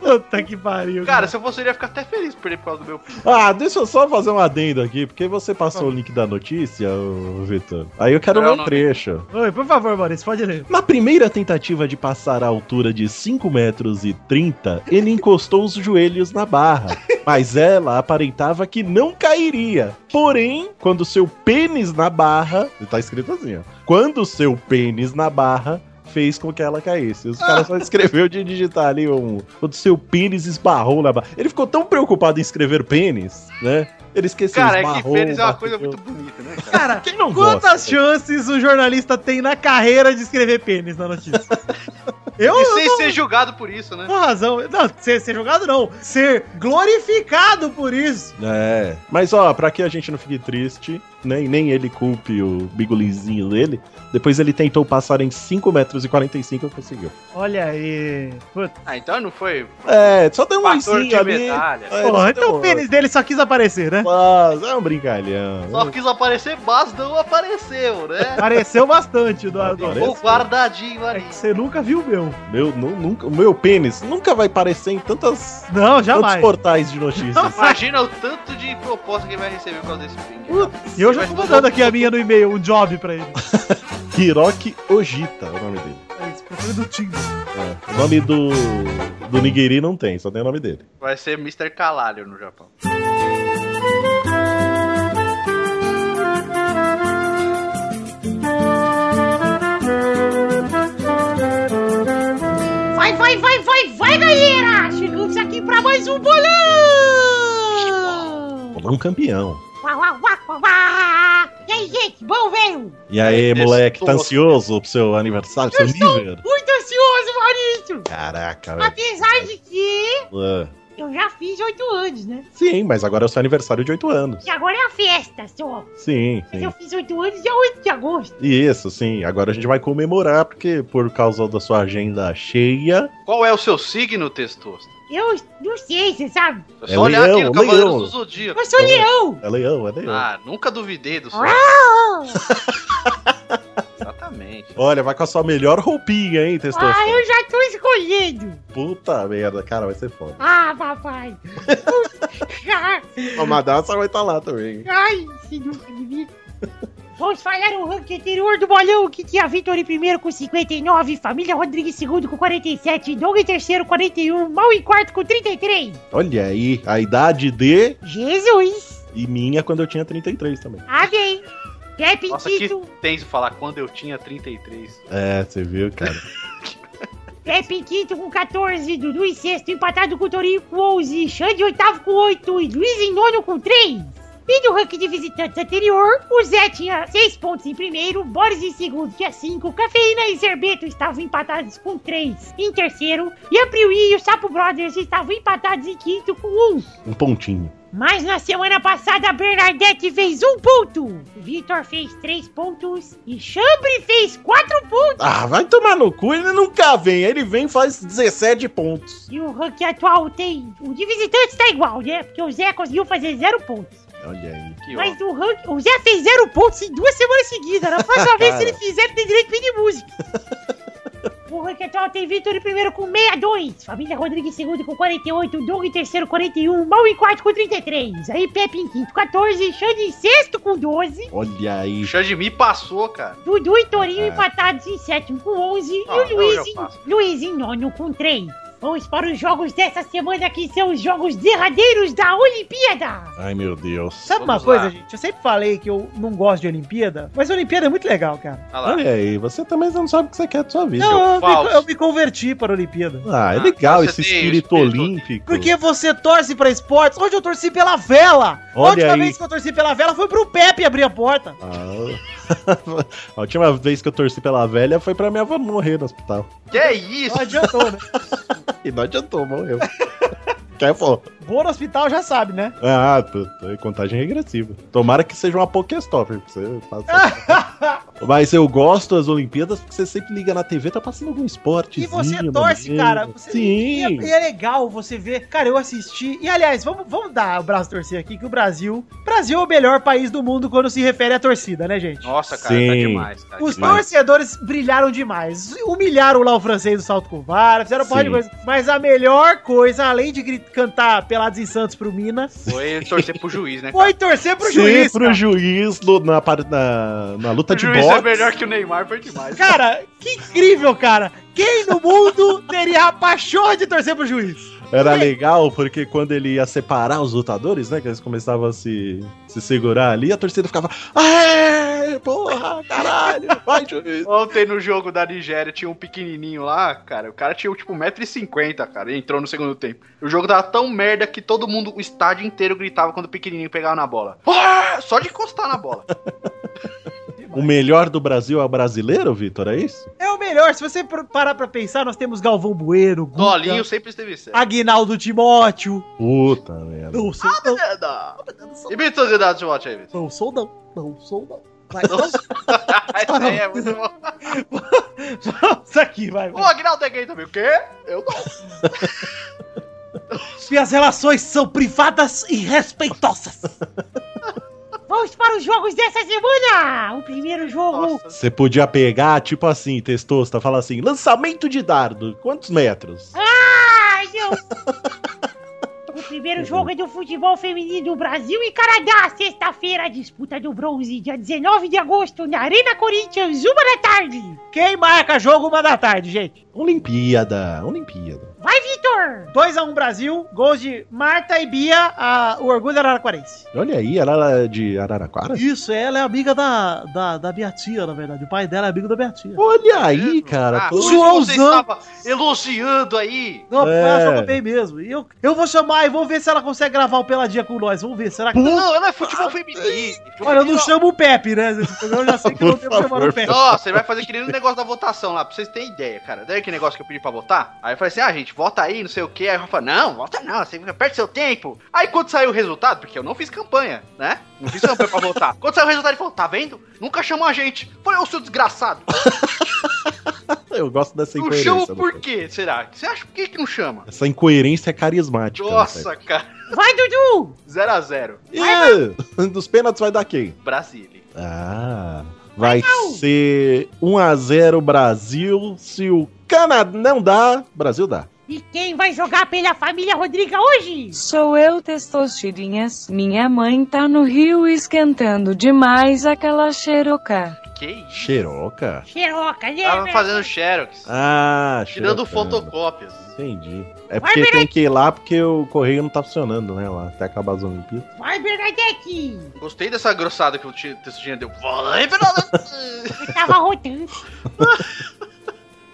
Puta que pariu. Cara, se eu fosse, eu ia ficar até feliz por ele por causa do meu pinto. Ah, deixa eu só fazer um adendo aqui, porque você passou o link da notícia, ô, Vitor. Aí eu quero Não, ler um não. trecho. Oi, por favor, Maurício, pode ler. Na primeira tentativa de passar a altura de 5 metros e 30, ele encostou os joelhos na barra, mas ela aparentava que não cairia. Porém, quando seu pênis na barra, tá escrito assim, ó. Quando seu pênis na barra fez com que ela caísse. Os caras só escreveu de digitar ali um, quando seu pênis esbarrou na barra. Ele ficou tão preocupado em escrever pênis, né? Ele esqueceu Cara, é que esbarrou, pênis é uma bateu. coisa muito bonita, né, cara? Cara, Quem não gosta? quantas chances um jornalista tem na carreira de escrever pênis na notícia? Eu, E eu sem não- ser julgado por isso, né? Com razão. Não, ser, ser jogado não. Ser glorificado por isso. É. Mas ó, pra que a gente não fique triste, né? E nem ele culpe o bigolinzinho dele. Depois ele tentou passar em 5 metros e 45 e conseguiu. Olha aí. Puta. Ah, então não foi É, só tem um fator oizinho de ali. medalha. É, Porra, só tem então um o pênis dele só quis aparecer, né? Mas é um brincalhão. Só quis aparecer, mas não apareceu, É. né? Apareceu bastante, Eduardo. Apareceu. Ficou guardadinho É ali. que você nunca viu o meu. Meu, nu- nunca, o meu pênis nunca vai aparecer em tantas, Não, tantos jamais. portais de notícias. Imagina o tanto de proposta que ele vai receber por causa desse ping. E eu já tô mandando aqui a minha no e-mail, um job pra ele. Hiroki Ojita é o nome dele. É isso, procura do Tinder. É, O nome do, do Nigiri não tem, só tem o nome dele. Vai ser Mr. Calalho no Japão. Vai, vai, vai, vai, vai, galera! Chegamos aqui pra mais um bolão! Um campeão. Uá, uá, uá, uá, uá. E aí, gente, bom, velho? E aí, Esse moleque, tá outro. ansioso pro seu aniversário, seu nível? Muito ansioso, Maurício! É. Caraca, velho. Apesar de que Ah, Eu já fiz oito anos, né? Sim, mas agora é o seu aniversário de 8 anos. E agora é a festa só. Sim, Mas sim. eu fiz oito anos dia 8 de agosto. E isso, sim. Agora a gente vai comemorar, porque por causa da sua agenda cheia. Qual é o seu signo, Testosta? Eu não sei, você sabe. É É só olhar leão, aqui no Cavaleiros leão. do Zodíaco. Eu sou leão. É leão, é leão. Ah, nunca duvidei do seu. Ah, Exatamente. Olha, vai com a sua melhor roupinha, hein, Testoso? ah, eu já tô escolhendo. Puta merda, cara, vai ser foda. Ah, papai. A Madassa vai estar lá também. Ai, se nunca de mim. Vamos falar o ranking anterior do bolão, que tinha Vitor em primeiro com 59, Família Rodrigues em segundo com 47, Doug em terceiro 41, Mal em quarto com 33. Olha aí, a idade de Jesus! e minha quando eu tinha 33 também. Amém! Pepe em Nossa, que quinto, tenso falar quando eu tinha 33. É, você viu, cara. Pepe em quinto com 14, Dudu em sexto, empatado com o Torinho com 11, Xande em oitavo com 8 e Luiz em nono com 3. E do ranking de visitantes anterior, o Zé tinha 6 pontos em primeiro, Boris em segundo, tinha 5, Cafeína e Zerbeto estavam empatados com 3 em terceiro, e a Priui e o Sapo Brothers estavam empatados em quinto com 1. Um pontinho. Mas na semana passada, a Bernadette fez um ponto, Vitor fez 3 pontos e Chambre fez 4 pontos. Ah, vai tomar no cu, ele nunca vem. Ele vem e faz 17 pontos. E o ranking atual tem. O de visitantes tá igual, né? Porque o Zé conseguiu fazer zero pontos. Olha aí. Que Mas o ranking. O Zé fez zero pontos em duas semanas seguidas. Na próxima vez, se ele fizer, ele tem direito a pedir música. O ranking atual tem Vitor em primeiro com 62. Família Rodrigues em segundo com 48. Doug em terceiro 41. Mal em quarto com 33. Aí Pepe em quinto 14. Xande em sexto com 12. Olha aí. O Xande me passou, cara. Dudu e Torinho É. empatados em sétimo com 11 Ah, e o eu Luiz já em, faço. Luiz em nono com 3. Vamos para os jogos dessa semana que são os jogos derradeiros da Olimpíada. Ai, meu Deus. Sabe Vamos uma coisa, lá. gente? Eu sempre falei que eu não gosto de Olimpíada, mas Olimpíada é muito legal, cara. Olha lá. Olha aí, você também não sabe o que você quer da sua vida. Não, eu falso. me, eu me converti para a Olimpíada. Ah, é Ah, legal você esse tem espírito espírito olímpico. Porque você torce pra esportes. Hoje eu torci pela vela. Olha a última aí. vez que eu torci pela vela foi pro Pepe abrir a porta. Ah, a última vez que eu torci pela velha foi pra minha avó morrer no hospital. Que é isso? Não adiantou, né? E não adiantou, morreu. Quer pô? Boa no hospital já sabe, né? Ah, pô, é contagem regressiva. Tomara que seja uma Pokéstop, pra você passar. Mas eu gosto das Olimpíadas porque você sempre liga na TV, tá passando algum esporte. E você torce, cara. Você, E é, Sim. e é legal você ver. Cara, eu assisti. E aliás, vamos, vamos dar o braço a torcer aqui que o Brasil. Brasil é o melhor país do mundo quando se refere à torcida, né, gente? Nossa, cara, tá Sim. demais, cara. Os demais. torcedores brilharam demais. Humilharam lá o francês do salto com vara, fizeram um par de Sim. coisa. Mas a melhor coisa, além de gri- cantar Pelados em Santos pro Minas, Foi torcer pro juiz, né? foi torcer pro Sim, juiz. pro cara. juiz no- na, par- na- na luta O de juiz é boxe. melhor que o Neymar, foi demais. Cara, que incrível, cara. Quem no mundo teria a paixão de torcer pro juiz? Era legal porque quando ele ia separar os lutadores, né? Que eles começavam a se, se segurar ali, a torcida ficava. Aê, porra, caralho, vai, juiz. Ontem no jogo da Nigéria tinha um pequenininho lá, cara. O cara tinha tipo 1,50m, cara. E entrou no segundo tempo. O jogo tava tão merda que todo mundo, o estádio inteiro gritava quando o pequenininho pegava na bola. Ah! Só de encostar na bola. O melhor do Brasil é o brasileiro, Vitor, é isso? É o melhor. Se você pr- parar pra pensar, nós temos Galvão Bueno, Guga, Dolinho sempre esteve certo. Aguinaldo Timóteo. Puta merda. Não Ah, sou não, E Vitor Cidade de Watch aí, Vitor. não sou não, não sou não. Vai, Isso aí é muito bom. vamos aqui, vai. O vai. Agnaldo é gay também. O quê? Eu não. Minhas relações são privadas e respeitosas. Vamos para os jogos dessa semana. O primeiro jogo. Nossa. Você podia pegar, tipo assim, testosta, falar assim: lançamento de dardo, quantos metros? Ai, não. O primeiro jogo é do futebol feminino Brasil e Canadá, sexta-feira, disputa do bronze, dia 19 de agosto, na Arena Corinthians, uma da tarde. Quem marca jogo uma da tarde, gente? Olimpíada, Olimpíada. Vai, Vitor! 2x1 Brasil, gols de Marta e Bia, a- o orgulho araraquarense. Olha aí, ela era de Araraquara? Isso, ela é amiga da, da, da minha tia, na verdade. O pai dela é amigo da minha tia. Olha aí, cara. Ah, pô. por isso que você estava elogiando aí. Não, É. ela jogou bem mesmo. E eu, eu vou chamar e vou ver se ela consegue gravar o Peladinha com nós. Vamos ver, será que... Não, ela é futebol feminino. Olha, eu não chamo o Pepe, né? Eu já sei que eu não devo chamar o Pepe. Nossa, ele vai fazer que nem o negócio da votação lá, pra vocês terem ideia, cara. Daí que negócio que eu pedi pra votar? Aí eu falei assim: ah, gente, vota aí, não sei o que. Aí o Rafa, não, vota não, você fica- perde seu tempo. Aí quando saiu o resultado, porque eu não fiz campanha, né? Não fiz campanha pra votar. Quando saiu o resultado, ele falou, tá vendo? Nunca chamou a gente. Eu Falei, ô seu desgraçado, Eu gosto dessa não chama incoerência. por Lucas. quê, será? Você acha por que que não chama? Essa incoerência é carismática. né, Nossa, cara. Vai, Dudu! 0 a 0 velho? Ih, Dos pênaltis vai dar quem? Brasília. Ah, vai ser 1x0 Brasil. Se o Canadá não dá, Brasil dá. E quem vai jogar pela família Rodriga hoje? Sou eu, Testosterinhas. Minha mãe tá no Rio esquentando demais aquela xeroca. Que isso? Xeroca? Xeroca, né, Tava lembra? fazendo xerox. Ah, Tirando xerocando. fotocópias. Entendi. É Vai, porque tem que ir lá porque o correio não tá funcionando, né? Lá até acabar as Olimpíadas. Vai, Bernadette! Gostei dessa grossada que o Ti- Testudinha deu. Vai, Fernando! Eu tava rotando.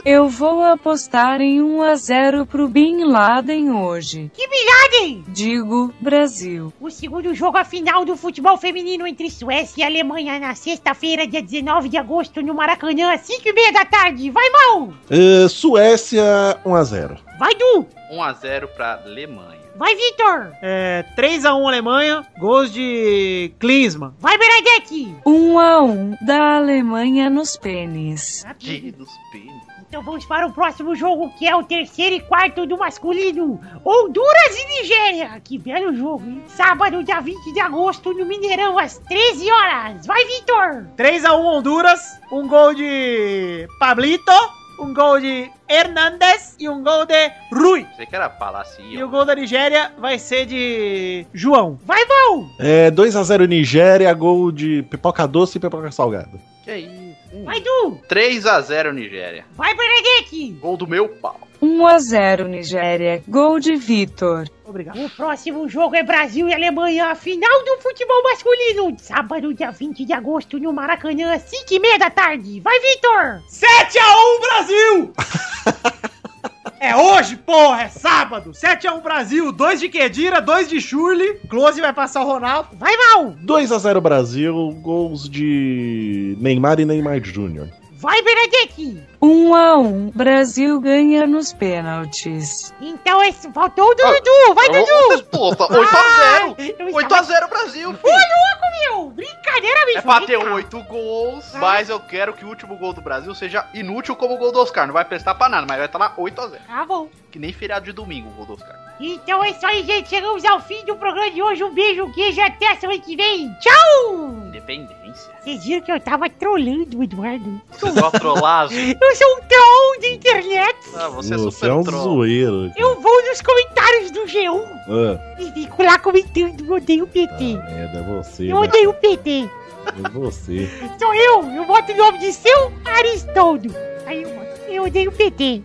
Eu vou apostar em 1 a 0 pro Bin Laden hoje. Cadê? Digo, Brasil. O segundo jogo, a final do futebol feminino entre Suécia e Alemanha na sexta-feira, dia 19 de agosto, no Maracanã, às 5h30 da tarde. Vai, mal! Eh, Suécia 1x0. Vai, Du! 1x0 pra Alemanha. Vai, Vitor! É, 3x1 Alemanha, gols de Klinsmann. Vai, Bernadette! 1 a 1 da Alemanha nos pênis. Que nos pênis. Então vamos para o próximo jogo, que é o terceiro e quarto do masculino. Honduras e Nigéria. Que belo jogo, hein? Sábado, dia 20 de agosto, no Mineirão, às 13 horas. Vai, Vitor! 3x1 Honduras, um gol de Pablito, um gol de Hernandes e um gol de Rui. Sei que era Palacio. E o gol da Nigéria vai ser de João. Vai, Val! É, 2x0 Nigéria, gol de pipoca doce e pipoca salgada. Que isso? Um Vai, Du! 3x0 Nigéria. Vai, Bernadette! Gol do meu pau. 1 a 0 Nigéria. Gol de Vitor. Obrigado. O próximo jogo é Brasil e Alemanha, a final do futebol masculino. Sábado, dia 20 de agosto, no Maracanã, às 5h30 da tarde. Vai, Vitor! 7x1 Brasil! É hoje, porra, é sábado. 7x1 Brasil, 2 de Kedira, 2 de Shurley. Close vai passar o Ronaldo. Vai, Val! 2x0 Brasil, gols de Neymar e Neymar Júnior. Vai, Bernadette! 1 a 1 Brasil ganha nos pênaltis. Então, esse... faltou Ah, o Dudu! Vai, Dudu! Pô, tá 8x0. Eu estava 8x0 Brasil. filho. Meu, brincadeira, bicho. É pra ter Vem cá. 8 gols, mas eu quero que o último gol do Brasil seja inútil como o gol do Oscar. Não vai prestar pra nada, mas vai estar lá 8x0. Tá bom. Que nem feriado de domingo o gol do Oscar. Então é isso aí, gente. Chegamos ao fim do programa de hoje. Um beijo, um queijo. Até a semana que vem. Tchau! Independência. Vocês viram que eu tava trolando o Eduardo. Você só trollagem. Eu sou um troll de internet. Ah, você é Você super é um troll. zoeiro. Eu vou nos comentários do G1 Ah, e fico lá comentando. Eu odeio o tá, PT. merda, é você. Eu né? odeio o PT. É você. Sou eu. Eu boto o nome de seu Aristondo. Aí eu boto. Eu odeio o PT.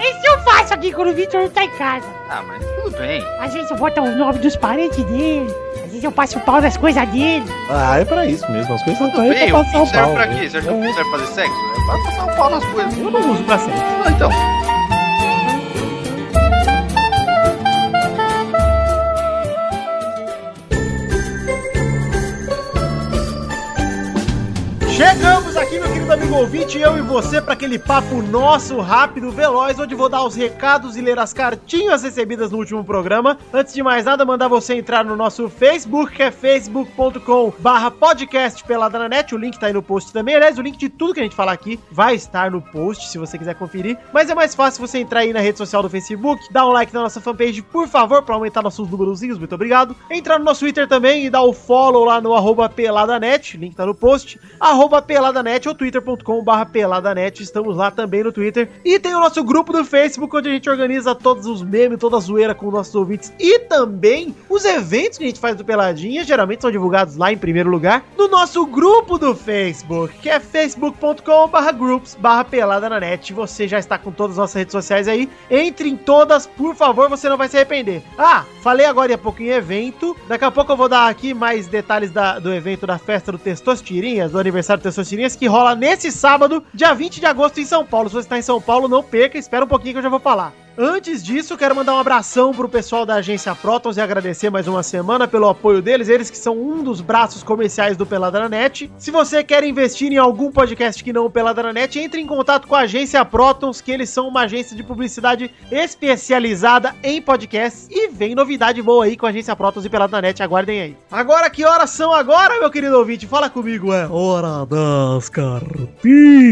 Esse eu faço aqui quando o Vitor não tá em casa. Ah, mas tudo bem. Às vezes eu boto o nome dos parentes dele. Às vezes eu passo o pau nas coisas dele. Ah, é pra isso mesmo. As coisas estão aí Bem, pra o fim passar o pau. serve pra né? quê? Você acha que o fim serve pra fazer sexo? É pra passar o pau nas coisas. Eu não uso pra sempre. Ah, então. Tá Chegamos aqui, meu querido amigo ouvinte, eu e você, para aquele papo nosso, rápido, veloz, onde vou dar os recados e ler as cartinhas recebidas no último programa. Antes de mais nada, mandar você entrar no nosso Facebook, que é facebook.com barra podcast pelada na net, o link tá aí no post também, aliás, o link de tudo que a gente falar aqui vai estar no post, se você quiser conferir, mas é mais fácil você entrar aí na rede social do Facebook, dar um like na nossa fanpage, por favor, para aumentar nossos númerozinhos, muito obrigado. Entrar no nosso Twitter também e dar o follow lá no arroba peladanet, link tá no post, arroba peladanet ou twitter.com barra peladanet, estamos lá também no Twitter. E tem o nosso grupo do Facebook, onde a gente organiza todos os memes, toda a zoeira com nossos ouvintes e também os eventos que a gente faz do Peladinha, geralmente são divulgados lá em primeiro lugar, no nosso grupo do Facebook, que é facebook.com barra groups barra peladananet. Você já está com todas as nossas redes sociais aí, entre em todas, por favor, você não vai se arrepender. Ah, falei agora há pouco em evento. Daqui a pouco eu vou dar aqui mais detalhes da- do evento da festa do Testostirinhas, do aniversário do Testostirinhas, que tá rola nesse sábado, dia 20 de agosto, em São Paulo. Se você está em São Paulo, não perca, espera um pouquinho que eu já vou falar. Antes disso, eu quero mandar um abração pro pessoal da agência Protons e agradecer mais uma semana pelo apoio deles, eles que são um dos braços comerciais do Peladranet. Se você quer investir em algum podcast que não o Peladranet, entre em contato com a agência Protons, que eles são uma agência de publicidade especializada em podcasts e vem novidade boa aí com a agência Protons e Peladranet, aguardem aí. Agora que horas são agora, meu querido ouvinte? Fala comigo, é. Hora das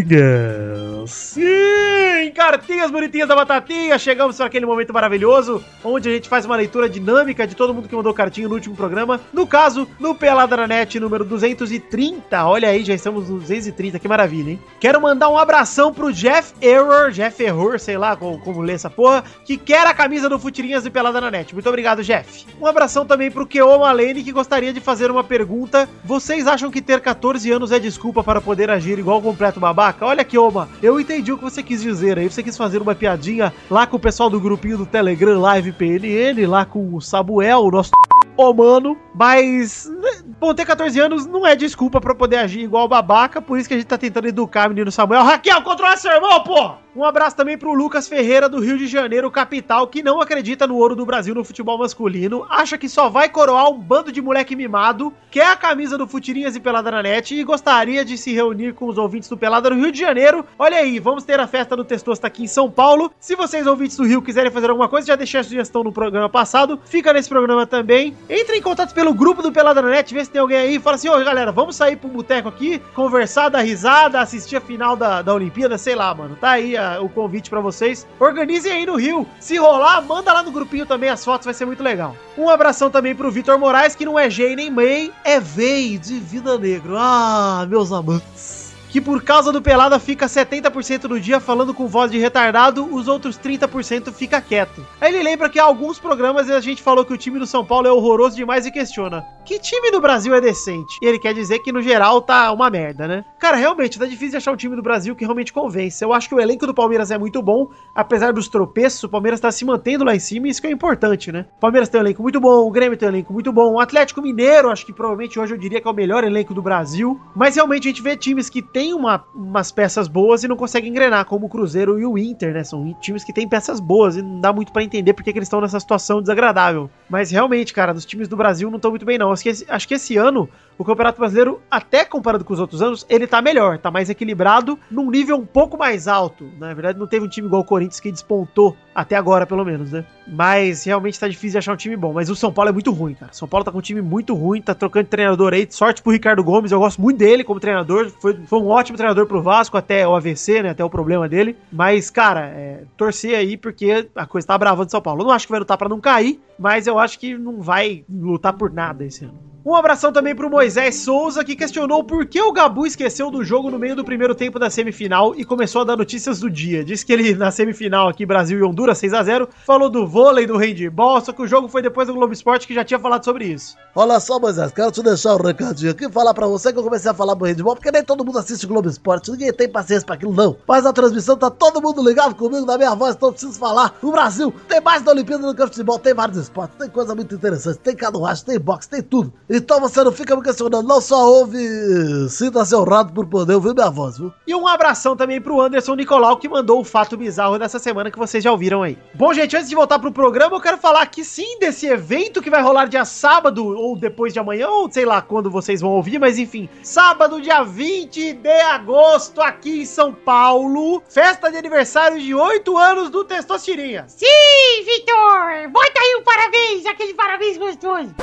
cartinhas. Sim, cartinhas bonitinhas da batatinha. Chegamos para aquele momento maravilhoso onde a gente faz uma leitura dinâmica de todo mundo que mandou cartinha no último programa. No caso, no Pelada na Net número 230. Olha aí, já estamos no 230, que maravilha, hein? Quero mandar um abração pro Jeff Error, Jeff Error, sei lá como, como lê essa porra, que quer a camisa do Futirinhas e Pelada na Net. Muito obrigado, Jeff. Um abração também pro Keoma Malene, que gostaria de fazer uma pergunta. Vocês acham que ter 14 anos é desculpa para poder agir igual um completo babaca? Olha, Keoma, eu entendi o que você quis dizer aí. Você quis fazer uma piadinha lá com o pessoal do grupinho do Telegram Live PNN, lá com o Samuel, o nosso humano, mas né, bom, ter 14 anos não é desculpa pra poder agir igual babaca, por isso que a gente tá tentando educar o menino Samuel. Raquel, controla seu irmão, porra! Um abraço também pro Lucas Ferreira do Rio de Janeiro, capital, que não acredita no ouro do Brasil no futebol masculino, acha que só vai coroar um bando de moleque mimado, quer a camisa do Futirinhas e Pelada na Net e gostaria de se reunir com os ouvintes do Pelada no Rio de Janeiro. Olha aí, vamos ter a festa do Testosta aqui em São Paulo. Se vocês ouvintes do Rio quiserem fazer alguma coisa, já deixei a sugestão no programa passado, fica nesse programa também. Entra em contato pelo grupo do Pelada na Net, vê se tem alguém aí, fala assim, ô galera, vamos sair pro boteco aqui, conversar, dar risada, assistir a final da, da Olimpíada, sei lá, mano. Tá aí a- o convite pra vocês. Organizem aí no Rio. Se rolar, manda lá no grupinho também as fotos, vai ser muito legal. Um abração também pro Vitor Moraes, que não é G nem MEI, é VEI de Vida Negro. Ah, meus amantes. Que por causa do Pelada fica 70% do dia falando com voz de retardado, os outros 30% fica quieto. Aí ele lembra que há alguns programas a gente falou que o time do São Paulo é horroroso demais e questiona. Que time no Brasil é decente? E ele quer dizer que no geral tá uma merda, né? Cara, realmente, tá difícil de achar um time do Brasil que realmente convence. Eu acho que o elenco do Palmeiras é muito bom, apesar dos tropeços, o Palmeiras tá se mantendo lá em cima e isso que é importante, né? O Palmeiras tem um elenco muito bom, o Grêmio tem um elenco muito bom, o Atlético Mineiro, acho que provavelmente hoje eu diria que é o melhor elenco do Brasil, mas realmente a gente vê times que tem uma, umas peças boas e não conseguem engrenar, como o Cruzeiro e o Inter, né? São times que têm peças boas e não dá muito pra entender porque que eles estão nessa situação desagradável. Mas realmente, cara, os times do Brasil não estão muito bem não. Acho que esse- acho que esse ano o Campeonato Brasileiro, até comparado com os outros anos, ele tá melhor, tá mais equilibrado, num nível um pouco mais alto. Na verdade, não teve um time igual o Corinthians que despontou, até agora, pelo menos, né? Mas realmente tá difícil de achar um time bom. Mas o São Paulo é muito ruim, cara. São Paulo tá com um time muito ruim, tá trocando de treinador aí. Sorte pro Ricardo Gomes, eu gosto muito dele como treinador. Foi, foi um ótimo treinador pro Vasco, até o AVC, né? Até o problema dele. Mas, cara, é, torcer aí, porque a coisa tá brava do São Paulo. Eu não acho que vai lutar pra não cair, mas eu acho que não vai lutar por nada esse ano. Um abração também pro Moisés Souza, que questionou por que o Gabu esqueceu do jogo no meio do primeiro tempo da semifinal e começou a dar notícias do dia. Diz que ele, na semifinal aqui, Brasil e Honduras, 6 a 0 falou do vôlei, do handball, só que o jogo foi depois do Globo Esporte, que já tinha falado sobre isso. Olha só, Moisés, quero te deixar um recadinho aqui e falar pra você que eu comecei a falar do handball, porque nem todo mundo assiste Globo Esporte, ninguém tem paciência pra aquilo, não. Mas a transmissão tá todo mundo ligado comigo, na minha voz, então eu preciso falar. O Brasil tem mais da Olimpíada do que o futebol, tem vários esportes, tem coisa muito interessante, tem canoagem, tem boxe, tem tudo. Então você não fica me questionando, não só ouve, sinta seu rato por poder ouvir minha voz, viu? E um abração também pro Anderson Nicolau, que mandou o fato bizarro dessa semana que vocês já ouviram aí. Bom, gente, antes de voltar pro programa, eu quero falar aqui sim desse evento que vai rolar dia sábado, ou depois de amanhã, ou sei lá quando vocês vão ouvir, mas enfim. Sábado, dia 20 de agosto, aqui em São Paulo. Festa de aniversário de 8 anos do Testostirinhas. Sim, Vitor! Bota aí um parabéns, aquele parabéns gostoso.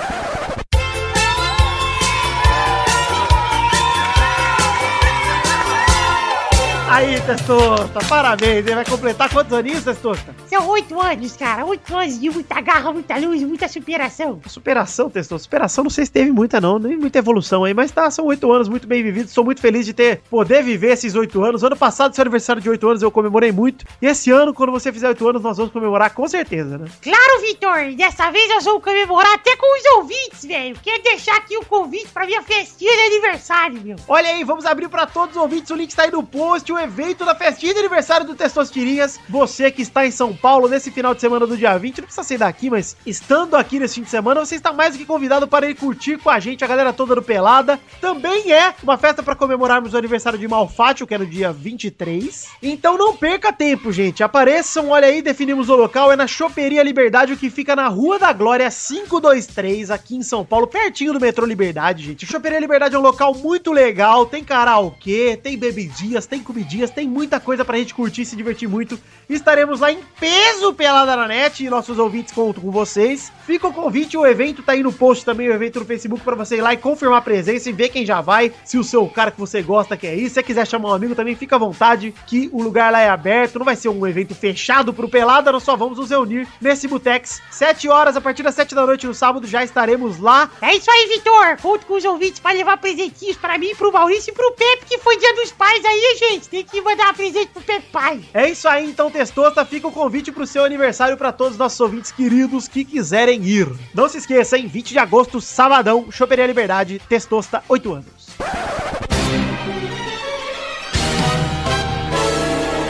Aí, Testosta, parabéns. Ele vai completar quantos aninhos, Testosta? São oito anos, cara. Oito anos de muita garra, muita luz, muita superação. Superação, Testosta. Superação não sei se teve muita, não. Nem muita evolução aí. Mas tá, são oito anos muito bem vividos. Sou muito feliz de ter poder viver esses oito anos. Ano passado, seu aniversário de oito anos, eu comemorei muito. E esse ano, quando você fizer oito anos, nós vamos comemorar com certeza, né? Claro, Vitor! Dessa vez nós vamos comemorar até com os ouvintes, velho. Quero deixar aqui o convite pra minha festinha de aniversário, meu. Olha aí, vamos abrir pra todos os ouvintes. O link tá aí no post. O evento da festinha de aniversário do Testosterinhas. Você que está em São Paulo nesse final de semana do dia 20, não precisa sair daqui, mas estando aqui nesse fim de semana, você está mais do que convidado para ir curtir com a gente, a galera toda do Pelada. Também é uma festa para comemorarmos o aniversário de Malfátio, que é no dia 23. Então não perca tempo, gente. Apareçam, olha aí, definimos o local. É na Choperia Liberdade, o que fica na Rua da Glória 523, aqui em São Paulo, pertinho do metrô Liberdade, gente. Choperia Liberdade é um local muito legal. Tem karaokê, tem bebidinhas, tem comidinhas, tem muita coisa pra gente curtir e se divertir muito. Estaremos lá em peso pelada na net e nossos ouvintes contam com vocês. Fica o convite, o evento tá aí no post também, o evento no Facebook pra você ir lá e confirmar a presença e ver quem já vai, se o seu cara que você gosta quer ir. Se você quiser chamar um amigo também, fica à vontade, que o lugar lá é aberto, não vai ser um evento fechado pro Pelada, nós só vamos nos reunir nesse Botex. 7 horas, a partir das 7 da noite no sábado, já estaremos lá. É isso aí, Vitor. Conto com os ouvintes pra levar presentinhos pra mim, pro Maurício e pro Pepe, que foi dia dos pais aí, gente. Tem que mandar presente pro Pepe Pai. É isso aí, então, Testosta. Fica o convite pro seu aniversário para todos os nossos ouvintes queridos que quiserem ir. Não se esqueça, em 20 de agosto, sabadão, Choperia Liberdade, Testosta, 8 anos.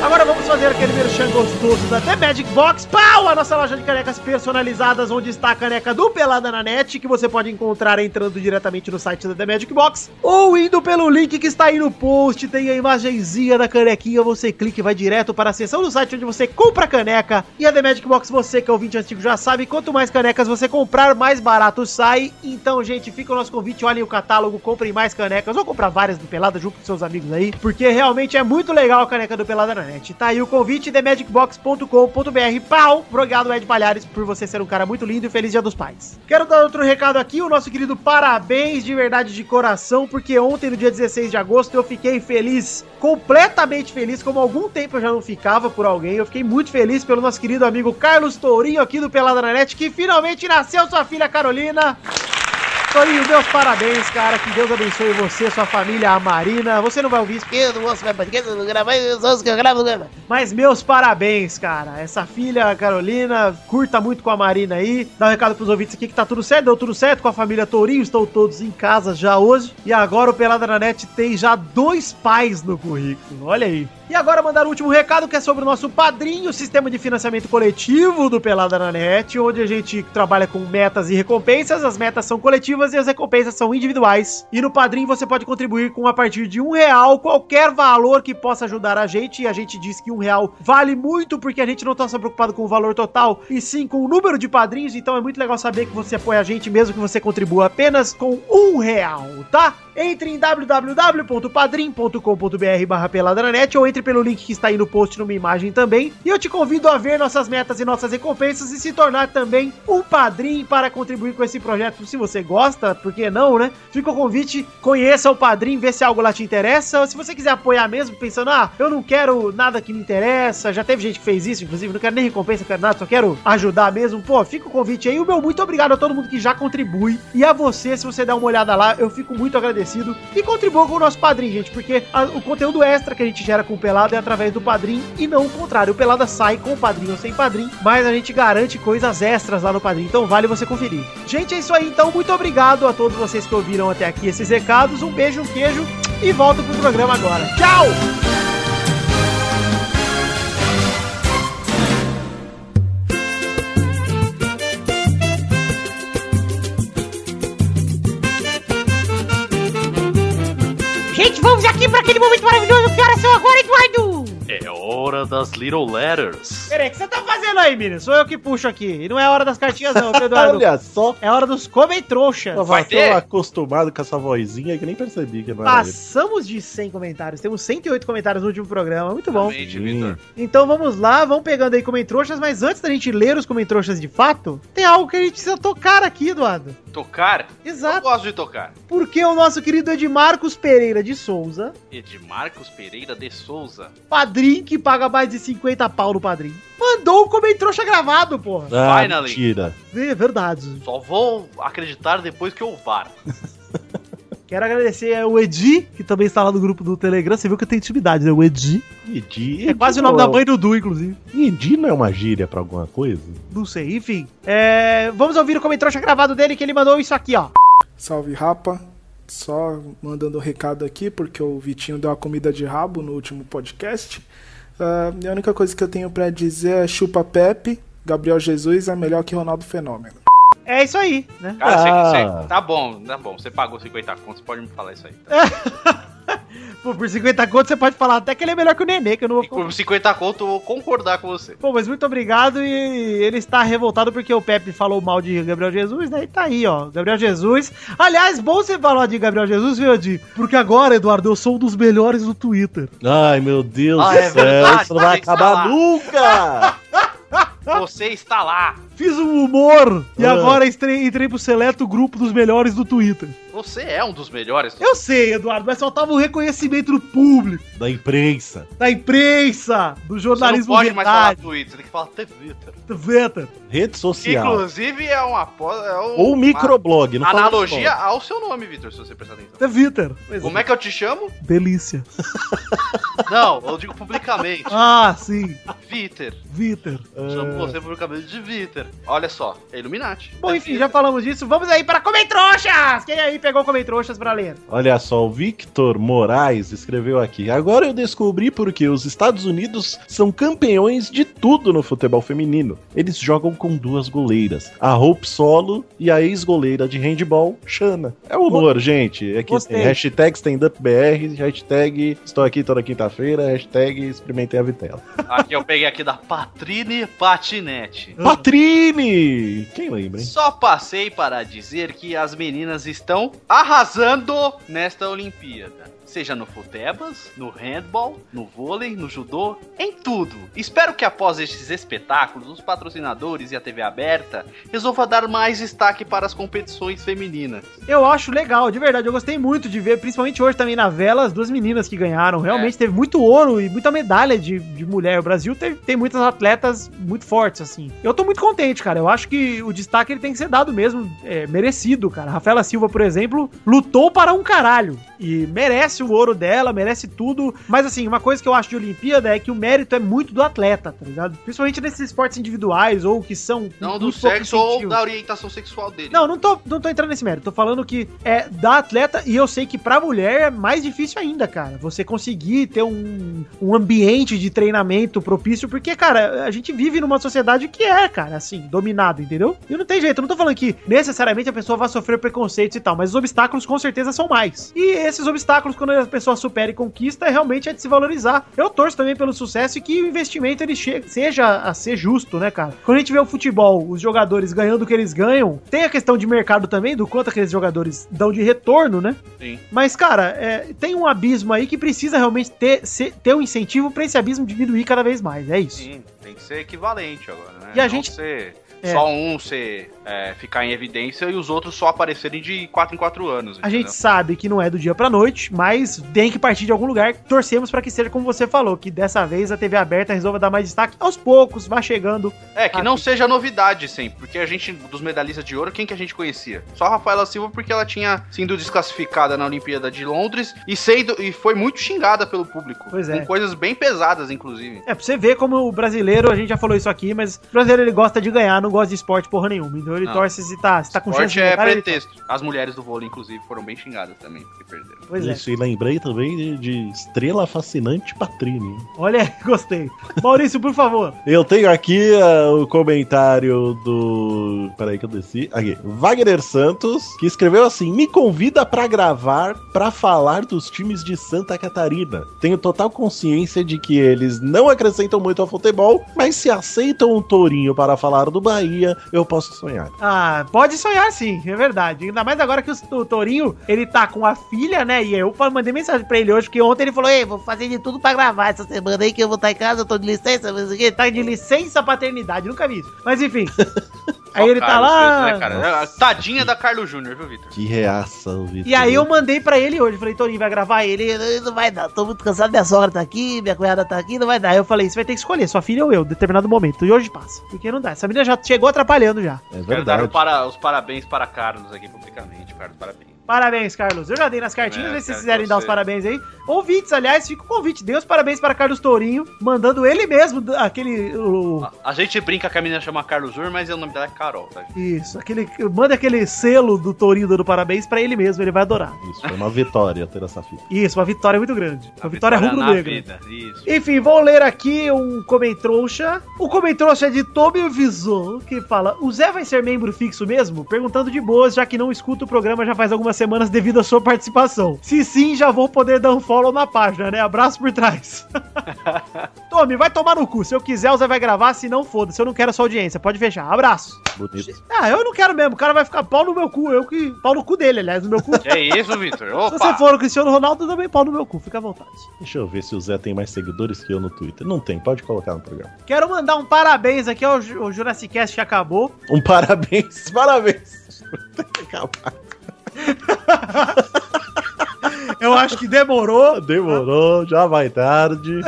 Agora vamos fazer aquele merchan gostoso da The Magic Box. Pau! A nossa loja de canecas personalizadas, onde está a caneca do Pelada na Net, que você pode encontrar entrando diretamente no site da The Magic Box ou indo pelo link que está aí no post. Tem a imagenzinha da canequinha. Você clica e vai direto para a seção do site onde você compra a caneca. E a The Magic Box, você que é ouvinte antigo já sabe, quanto mais canecas você comprar, mais barato sai. Então, gente, fica o nosso convite. Olhem o catálogo, comprem mais canecas ou comprar várias do Pelada junto com seus amigos aí, porque realmente é muito legal a caneca do Pelada na net. Tá aí o convite, themagicbox.com.br. Pau! Obrigado, Ed Palhares, por você ser um cara muito lindo e feliz Dia dos Pais. Quero dar outro recado aqui, o nosso querido parabéns de verdade de coração, porque ontem, no dia 16 de agosto, eu fiquei feliz, completamente feliz, como há algum tempo eu já não ficava por alguém. Eu fiquei muito feliz pelo nosso querido amigo Carlos Tourinho aqui do Pelada na Net, que finalmente nasceu sua filha Carolina. Torinho, meus parabéns, cara. Que Deus abençoe você, sua família, a Marina. Você não vai ouvir isso porque eu não ouço mais podcast, eu não gravo mais, eu ouço que eu gravo, eu gravo. Mas meus parabéns, cara. Essa filha, a Carolina, curta muito com a Marina aí. Dá um recado pros ouvintes aqui que tá tudo certo, deu tudo certo com a família Tourinho. Estão todos em casa já hoje. E agora o Pelada na Net tem já dois pais no currículo. Olha aí. E agora mandar o último recado que é sobre o nosso padrinho, o sistema de financiamento coletivo do Pelada na Net, onde a gente trabalha com metas e recompensas. As metas são coletivas e as recompensas são individuais. E no padrinho você pode contribuir com a partir de um real qualquer valor que possa ajudar a gente. E a gente diz que um real vale muito porque a gente não está só preocupado com o valor total e sim com o número de padrinhos. Então é muito legal saber que você apoia a gente mesmo que você contribua apenas com um real, tá? Entre em www.padrim.com.br barra peladranet ou entre pelo link que está aí no post numa imagem também. E eu te convido a ver nossas metas e nossas recompensas e se tornar também um padrim para contribuir com esse projeto. Se você gosta, por que não, né? Fica o convite, conheça o padrim, vê se algo lá te interessa. Ou se você quiser apoiar mesmo, pensando, ah, eu não quero nada que me interessa. Já teve gente que fez isso, inclusive, não quero nem recompensa, não quero nada, só quero ajudar mesmo. Pô, fica o convite aí. O meu muito obrigado a todo mundo que já contribui. E a você, se você der uma olhada lá, eu fico muito agradecido. E contribua com o nosso padrim, gente, porque a- o conteúdo extra que a gente gera com o Pelada é através do padrim e não o contrário. O Pelada sai com o padrinho ou sem padrim, mas a gente garante coisas extras lá no padrim. Então vale você conferir. Gente, é isso aí. Então, muito obrigado a todos vocês que ouviram até aqui esses recados. Um beijo, um queijo e volto pro programa agora. Tchau! Gente, vamos aqui para aquele momento maravilhoso. Que horas são agora, Eduardo? É hora das Little Letters. Peraí, o que você tá fazendo aí, menino? Sou eu que puxo aqui. E não é hora das cartinhas, não, viu, Eduardo. Olha só, É hora dos comem trouxas. tá eu Vai tava ter? tão acostumado com essa vozinha que nem percebi que não era ele. Passamos de 100 comentários. Temos 108 comentários no último programa. Muito bom. Realmente, Vitor. Então vamos lá, vamos pegando aí comentroxas, mas antes da gente ler os comentroxas de fato, tem algo que a gente precisa tocar aqui, Eduardo. Tocar? Eu Exato. gosto de tocar. Porque o nosso querido Edmarcos Pereira de Souza, Edmarcos Pereira de Souza. padrinho que paga mais de 50 pau no padrinho, mandou um comentroxa gravado, porra. Ah, Finally. mentira. É verdade. Só vou acreditar depois que eu var. Quero agradecer ao Edi, que também está lá no grupo do Telegram. Você viu que eu tenho intimidade, né? O Edi. Idi É quase o nome da mãe do Du, inclusive. Idi não é uma gíria pra alguma coisa? Não sei, enfim. É, vamos ouvir o comentroxa gravado dele que ele mandou isso aqui, ó. Salve rapa, Só mandando um recado aqui, porque o Vitinho deu uma comida de rabo no último podcast. Ah, a única coisa que eu tenho pra dizer é chupa Pepe, Gabriel Jesus é melhor que Ronaldo Fenômeno. É isso aí, né? Cara, você- Ah. você- tá bom, tá bom. Você pagou 50 contos, pode me falar isso aí. tá? É. Pô, por 50 conto você pode falar até que ele é melhor que o Nenê, que eu não vou... Por 50 conto, eu vou concordar com você. Bom, mas muito obrigado e ele está revoltado porque o Pepe falou mal de Gabriel Jesus, né? E tá aí, ó, Gabriel Jesus. Aliás, bom você falar de Gabriel Jesus, viu, Edi? Porque agora, Eduardo, eu sou um dos melhores do Twitter. Ai, meu Deus Ah, do é céu, verdade, tá isso não vai tem que acabar falar. nunca! Ah. Você está lá. Fiz um humor e Ah. agora entrei, entrei pro seleto grupo dos melhores do Twitter. Você é um dos melhores. Eu sei, Eduardo, mas faltava o reconhecimento do público, Da imprensa. da imprensa, do Você não jornalismo pode mais falar verdade. Twitter, tem que falar Twitter. Veta. Rede social. Inclusive é uma. pos- É um, Ou microblog, uma não fala Analogia blog. ao seu nome, Vitor, se você prestar atenção. The Vitor. Pois Como é que eu te chamo? Delícia. Não, eu digo publicamente. Ah, sim. Vitor. Vitor. Chamo você publicamente de Vitor. Olha só, é Illuminati. Bom, enfim, já falamos disso. Vamos aí para Comentroxas! Quem aí pegou Comentroxas pra ler? Olha só, o Victor Moraes escreveu aqui. Agora eu descobri porque os Estados Unidos são campeões de tudo no futebol feminino. Eles jogam com duas goleiras, a Hope Solo e a ex-goleira de handball, Shana. É humor, gente. É que Gostei. tem hashtag StandUpBR, hashtag estou aqui toda quinta-feira, hashtag experimentei a vitela. Aqui eu peguei aqui da Patrine Patinete. Uhum. Patrine! Quem lembra, hein? Só passei para dizer que as meninas estão arrasando nesta Olimpíada. Seja no futebas, no handball, no vôlei, no judô, em tudo. Espero que após estes espetáculos, os patrocinadores e a TV aberta resolva dar mais destaque para as competições femininas. Eu acho legal, de verdade. Eu gostei muito de ver, principalmente hoje também na vela, as duas meninas que ganharam. É. Realmente teve muito ouro e muita medalha de, de mulher. O Brasil teve- tem muitas atletas muito fortes, assim. Eu tô muito contente, cara. Eu acho que o destaque ele tem que ser dado mesmo, é, merecido, cara. Rafaela Silva, por exemplo, lutou para um caralho. E merece o ouro dela, merece tudo. Mas assim, uma coisa que eu acho de Olimpíada é que o mérito é muito do atleta, tá ligado? Principalmente nesses esportes individuais ou que são. Não do muito pouco sexo ou incentivos. da orientação sexual dele. Não, não tô, não tô entrando nesse mérito. Tô falando que é da atleta e eu sei que pra mulher é mais difícil ainda, cara. Você conseguir ter um, um ambiente de treinamento propício, porque, cara, a gente vive numa sociedade que é, cara, assim, dominada, entendeu? E não tem jeito. Eu não tô falando que necessariamente a pessoa vai sofrer preconceitos e tal, mas os obstáculos com certeza são mais. E esses obstáculos, quando a pessoa supera e conquista, realmente é de se valorizar. Eu torço também pelo sucesso e que o investimento ele che- seja a ser justo, né, cara? Quando a gente vê o futebol, os jogadores ganhando o que eles ganham, tem a questão de mercado também, do quanto aqueles jogadores dão de retorno, né? Sim. Mas, cara, é, tem um abismo aí que precisa realmente ter, se- ter um incentivo pra esse abismo diminuir cada vez mais. É isso. Sim, tem que ser equivalente agora, né? E a Não gente- ser É. só um ser, é, ficar em evidência e os outros só aparecerem de 4 em 4 anos. A gente sabe que não é do dia pra noite, mas tem que partir de algum lugar. Torcemos pra que seja como você falou, que dessa vez a TV aberta resolva dar mais destaque aos poucos, vá chegando. É, que Ah, não seja novidade sempre, porque a gente, dos medalhistas de ouro, quem que a gente conhecia? Só a Rafaela Silva, porque ela tinha sido desclassificada na Olimpíada de Londres e, sendo, e foi muito xingada pelo público. Pois é. Com coisas bem pesadas, inclusive. É, pra você ver como o brasileiro, a gente já falou isso aqui, mas o brasileiro ele gosta de ganhar, não gosta de esporte porra nenhuma. Então ele Não. torce se tá, se tá com chance Forte de é medalha, ele torce. pretexto. As mulheres do vôlei, inclusive, foram bem xingadas também, porque perderam. Pois é. Isso, e lembrei também de, de Estrela Fascinante Patrine. Olha, gostei. Maurício, por favor. Eu tenho aqui ah, o comentário do. Peraí que eu desci. Aqui. Wagner Santos, que escreveu assim: Me convida pra gravar pra falar dos times de Santa Catarina. Tenho total consciência de que eles não acrescentam muito ao futebol, mas se aceitam um tourinho para falar do Bahia, eu posso sonhar. Ah, pode sonhar sim, é verdade. Ainda mais agora que o, o Torinho, ele tá com a filha, né? E eu fa- mandei mensagem pra ele hoje, que ontem ele falou: Ei, vou fazer de tudo pra gravar essa semana aí que eu vou estar em casa, eu tô de licença, mas ele tá de licença paternidade, nunca vi isso. Mas enfim. aí ele tá Carlos lá. mesmo, né, cara? Tadinha da Carlos Júnior, viu, Vitor? Que reaça, Vitor. E aí eu mandei pra ele hoje, falei, Torinho, vai gravar ele? "Ele Não vai dar, tô muito cansado, minha sogra tá aqui, minha cunhada tá aqui, não vai dar. Eu falei, você vai ter que escolher, sua filha ou eu, em determinado momento. E hoje passa, porque não dá. Essa menina já chegou atrapalhando já. É Quero dar verdade. o para- os parabéns para Carlos aqui publicamente, Carlos, parabéns. Parabéns, Carlos. Eu já dei nas cartinhas, É, vê se vocês cara, quiserem com dar os certeza. parabéns aí. Ouvintes, aliás, fica o convite. Deus parabéns para Carlos Tourinho, mandando ele mesmo, d- aquele. o- A gente brinca que a menina chama Carlos Ur, mas o nome dela é Carol, tá? gente? isso, aquele. Manda aquele selo do Tourinho dando parabéns para ele mesmo, ele vai adorar. Isso, foi uma vitória ter essa fita. Isso, uma vitória muito grande. Uma vitória, na rubro-negra. vida, Isso. Enfim, vou ler aqui um comentrouxa. O comentrouxa é de Toby Vison, que fala: O Zé vai ser membro fixo mesmo? Perguntando de boas, já que não escuto o programa já faz algumas semanas devido à sua participação. Se sim, já vou poder dar um follow na página, né? Abraço por trás. Tommy, vai tomar no cu. Se eu quiser, o Zé vai gravar. Se não, foda-se. Eu não quero a sua audiência. Pode fechar. Abraço. Bonito. Ah, eu não quero mesmo. O cara vai ficar pau no meu cu. Eu que. Pau no cu dele, aliás, no meu cu. É isso, Vitor. Se você Opa! for o Cristiano Ronaldo, também pau no meu cu. Fica à vontade. Deixa eu ver se o Zé tem mais seguidores que eu no Twitter. Não tem, pode colocar no programa. Quero mandar um parabéns aqui ao Ju- ao Jurassic Cast que acabou. Um parabéns, parabéns. Eu acho que demorou. Demorou, já vai tarde.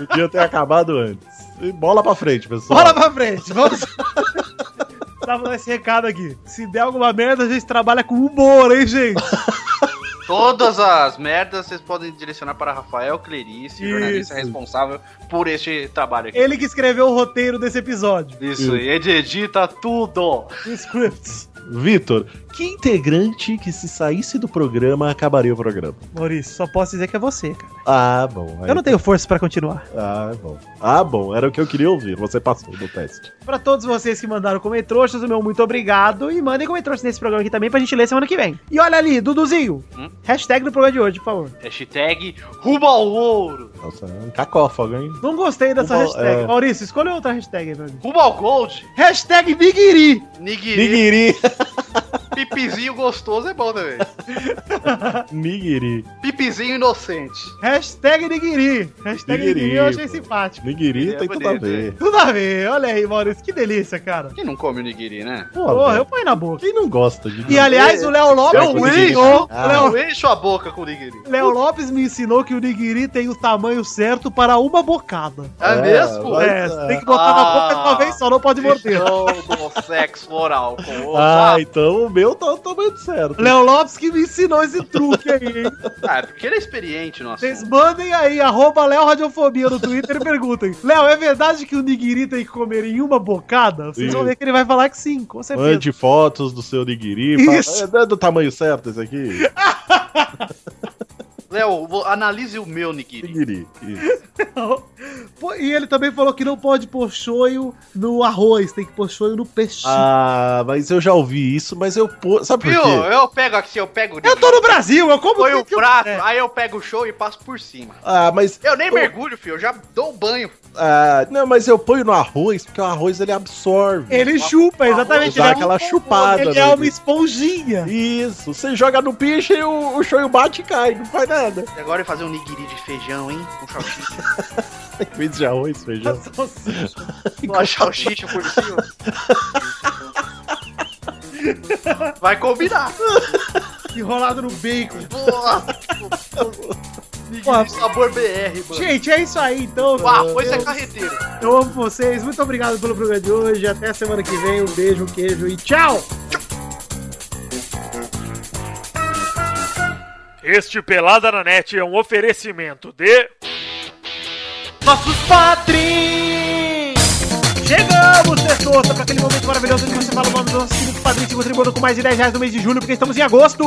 O dia ter acabado antes. E bola pra frente, pessoal. Bora pra frente. Vamos. Tava dando esse recado aqui. Se der alguma merda, a gente trabalha com humor, hein, gente? Todas as merdas vocês podem direcionar para Rafael Clerice, jornalista Isso. responsável por este trabalho aqui. Ele que escreveu o roteiro desse episódio. Isso, e ele edita tudo. Scripts. Vitor, que integrante que se saísse do programa acabaria o programa? Maurício, só posso dizer que é você, cara. Ah, bom. aí- Eu não tenho forças pra continuar. Ah, bom. Ah, bom, era o que eu queria ouvir. Você passou do teste. Pra todos vocês que mandaram comentroxas, o meu muito obrigado. E mandem comentroxas nesse programa aqui também pra gente ler semana que vem. E olha ali, Duduzinho. Hum? Hashtag do programa de hoje, por favor. Hashtag rumo ao ouro. Nossa, é um cacófago, hein? Não gostei dessa Vamos- hashtag. é. Maurício, escolha outra hashtag aí pra mim. Rumo ao gold. Hashtag Bigiri. Nigiri. Nigiri. Pipizinho gostoso é bom também. Nigiri. Pipizinho inocente. Hashtag Nigiri. Hashtag Nigiri, Nigiri, eu achei pô. simpático. Nigiri É tem tudo a bonito, ver. Tudo a ver. Olha aí, Maurício. Que delícia, cara. Quem não come o nigiri, né? Pô, Porra, velho, eu ponho na boca. Quem não gosta de E aliás, o Léo Lopes. Eu me encho. ensinou- Ah. Léo- Eu encho a boca com o nigiri. Léo Lopes me ensinou que o nigiri tem o tamanho certo para uma bocada. É, mesmo? vai- É, você tem que botar na boca de uma vez só, não pode morder. Cristão do sexo oral com o Ah, então o meu tá totalmente certo. Léo Lopes que me ensinou esse truque aí, hein? Ah, é porque ele é experiente no Vocês assunto. mandem aí, arroba Léo Radiofobia no Twitter e perguntem. Léo, é verdade que o nigiri tem que comer em uma bocada? Vocês vão Isso. ver que ele vai falar que sim, com certeza. Mande fotos do seu nigiri. fala, é Isso. "É, é do tamanho certo esse aqui? Léo, vou- analise o meu nigiri. Nigiri. Isso. Pô, E ele também falou que não pode pôr shoyu no arroz, tem que pôr shoyu no peixe. Ah, mas eu já ouvi isso, mas eu... pô- Sabe por Viu? quê? Eu pego aqui, eu pego o eu tô no Brasil, eu como põe o tudo que eu É. prato, quiser. aí eu pego o show e passo por cima. Ah, mas... Eu nem Eu- mergulho, filho, eu já dou um banho. Ah, não, mas eu ponho no arroz, porque o arroz ele absorve. Ele chupa, exatamente. Dá ele é um- aquela chupada. Ele né, é uma Vitor? esponjinha. Isso, você joga no peixe e o, o shoyu bate e cai, não faz nada. E agora eu fazer um nigiri de feijão, hein? Com salsicha. Comida de arroz, feijão. Uma salsicha por cima. Vai combinar. Enrolado no bacon. Boa. Porra. nigiri sabor BR, mano. Gente, é isso aí então. Ah, O arroz é carreteiro. Eu amo vocês. Muito obrigado pelo programa de hoje. Até semana que vem. Um beijo, um queijo e tchau! Este Pelada na Net é um oferecimento de. Nossos patrins! Chegamos, sexta, para aquele momento maravilhoso onde você fala o nome dos nossos queridos padrinhos que contribuíram com mais de 10 reais no mês de julho, porque estamos em agosto!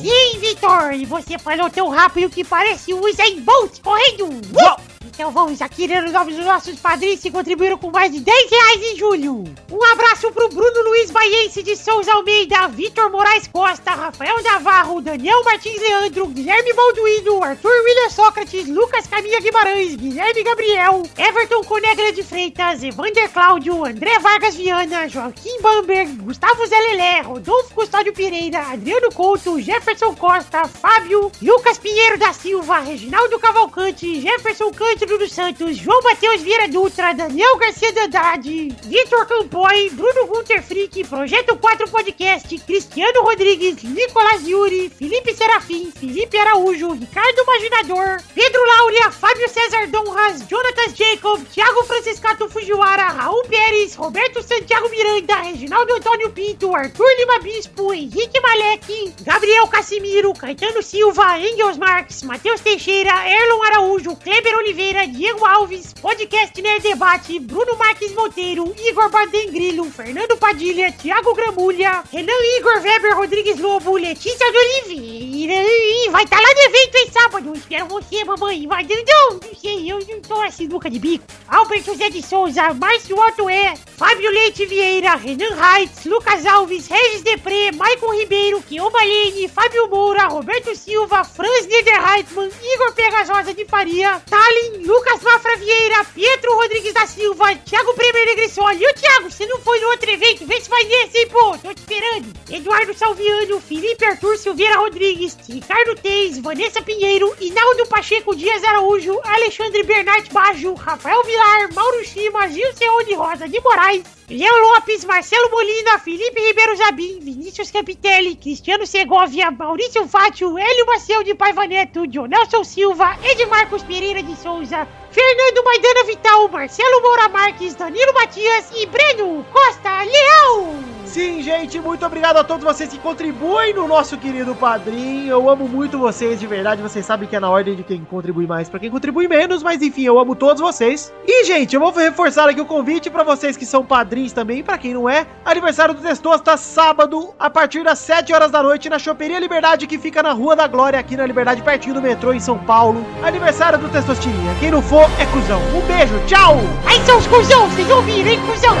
Sim, Vitor! E você falou tão rápido que parece o Usain Bolt correndo! Uh! Uau! Então vamos aqui ler os nomes dos nossos padrinhos que contribuíram com mais de 10 reais em julho. Um abraço pro Bruno Luiz Baiense de Souza Almeida, Vitor Moraes Costa, Rafael Navarro, Daniel Martins Leandro, Guilherme Balduino, Arthur William Sócrates, Lucas Caminha Guimarães, Guilherme Gabriel, Everton Conegra de Freitas, Evander Cláudio, André Vargas Viana, Joaquim Bamberg, Gustavo Zelelé, Rodolfo Custódio Pereira, Adriano Couto, Jefferson Costa, Fábio, Lucas Pinheiro da Silva, Reginaldo Cavalcante, Jefferson Cândido dos Santos, João Matheus Vieira Dutra, Daniel Garcia de Andrade, Vitor Campoy, Bruno Gunter Frick, Projeto 4 Podcast, Cristiano Rodrigues, Nicolas Yuri, Felipe Serafim, Felipe Araújo, Ricardo Maginador, Pedro Laura, Fábio César César Donras, Jonatas Jacob, Thiago Franciscato Fujiwara, Raul Pérez, Roberto Santiago Miranda, Reginaldo Antônio Pinto, Arthur Lima Bispo, Henrique Malek, Gabriel Casimiro, Caetano Silva, Engels Marques, Matheus Teixeira, Erlon Araújo, Kleber Oliveira, Diego Alves, Podcast Nerd Debate, Bruno Marques Monteiro, Igor Bardem Grillo, Fernando Padilha, Thiago Gramulha, Renan Igor Weber Rodrigues Lobo, Letícia de Oliveira, e vai estar lá no evento em sábado, espero você, mamãe, mas não, não sei, eu não tô assim, nunca de bico. Albert José de Souza, Márcio Otto E, Fábio Leite Vieira, Renan Reitz, Lucas Alves, Regis Depré, Maicon Ribeiro, Kioma Lene, Fábio Moura, Roberto Silva, Franz Niederreitmann, Igor Pegajosa de Faria, Tallin, Lucas Mafra Vieira, Pietro Rodrigues da Silva, Thiago Bremer Negrissoli. E o Thiago, você não foi no outro evento? Vê se vai nesse, hein, pô, tô te esperando. Eduardo Salviano, Felipe Arthur Silveira Rodrigues, Ricardo Teis, Vanessa Pinheiro, Inaldo Pacheco Dias Araújo, Alexandre Bernard Bajo, Rafael Vilar, Mauro Chima, Gil Ceone Rosa de Moraes, Léo Lopes, Marcelo Molina, Felipe Ribeiro Zabim, Vinícius Capitelli, Cristiano Segovia, Maurício Fátio, Hélio Maciel de Paiva Neto, Jonelson Silva, Edmarcos Pereira de Souza, Fernando Maidana Vital, Marcelo Moura Marques, Danilo Matias e Breno Costa Leão. Sim, gente, muito obrigado a todos vocês que contribuem no nosso querido padrinho. Eu amo muito vocês, de verdade. Vocês sabem que é na ordem de quem contribui mais para quem contribui menos, mas enfim, eu amo todos vocês. E, gente, eu vou reforçar aqui o convite para vocês que são padrinhos também, para quem não é. Aniversário do Testosta tá sábado, a partir das 7 horas da noite, na Choperia Liberdade, que fica na Rua da Glória, aqui na Liberdade, pertinho do metrô, em São Paulo. Aniversário do Testostirinha. Quem não for, é cuzão. Um beijo, tchau! Aí são os cuzão, vocês ouviram, hein, cuzão?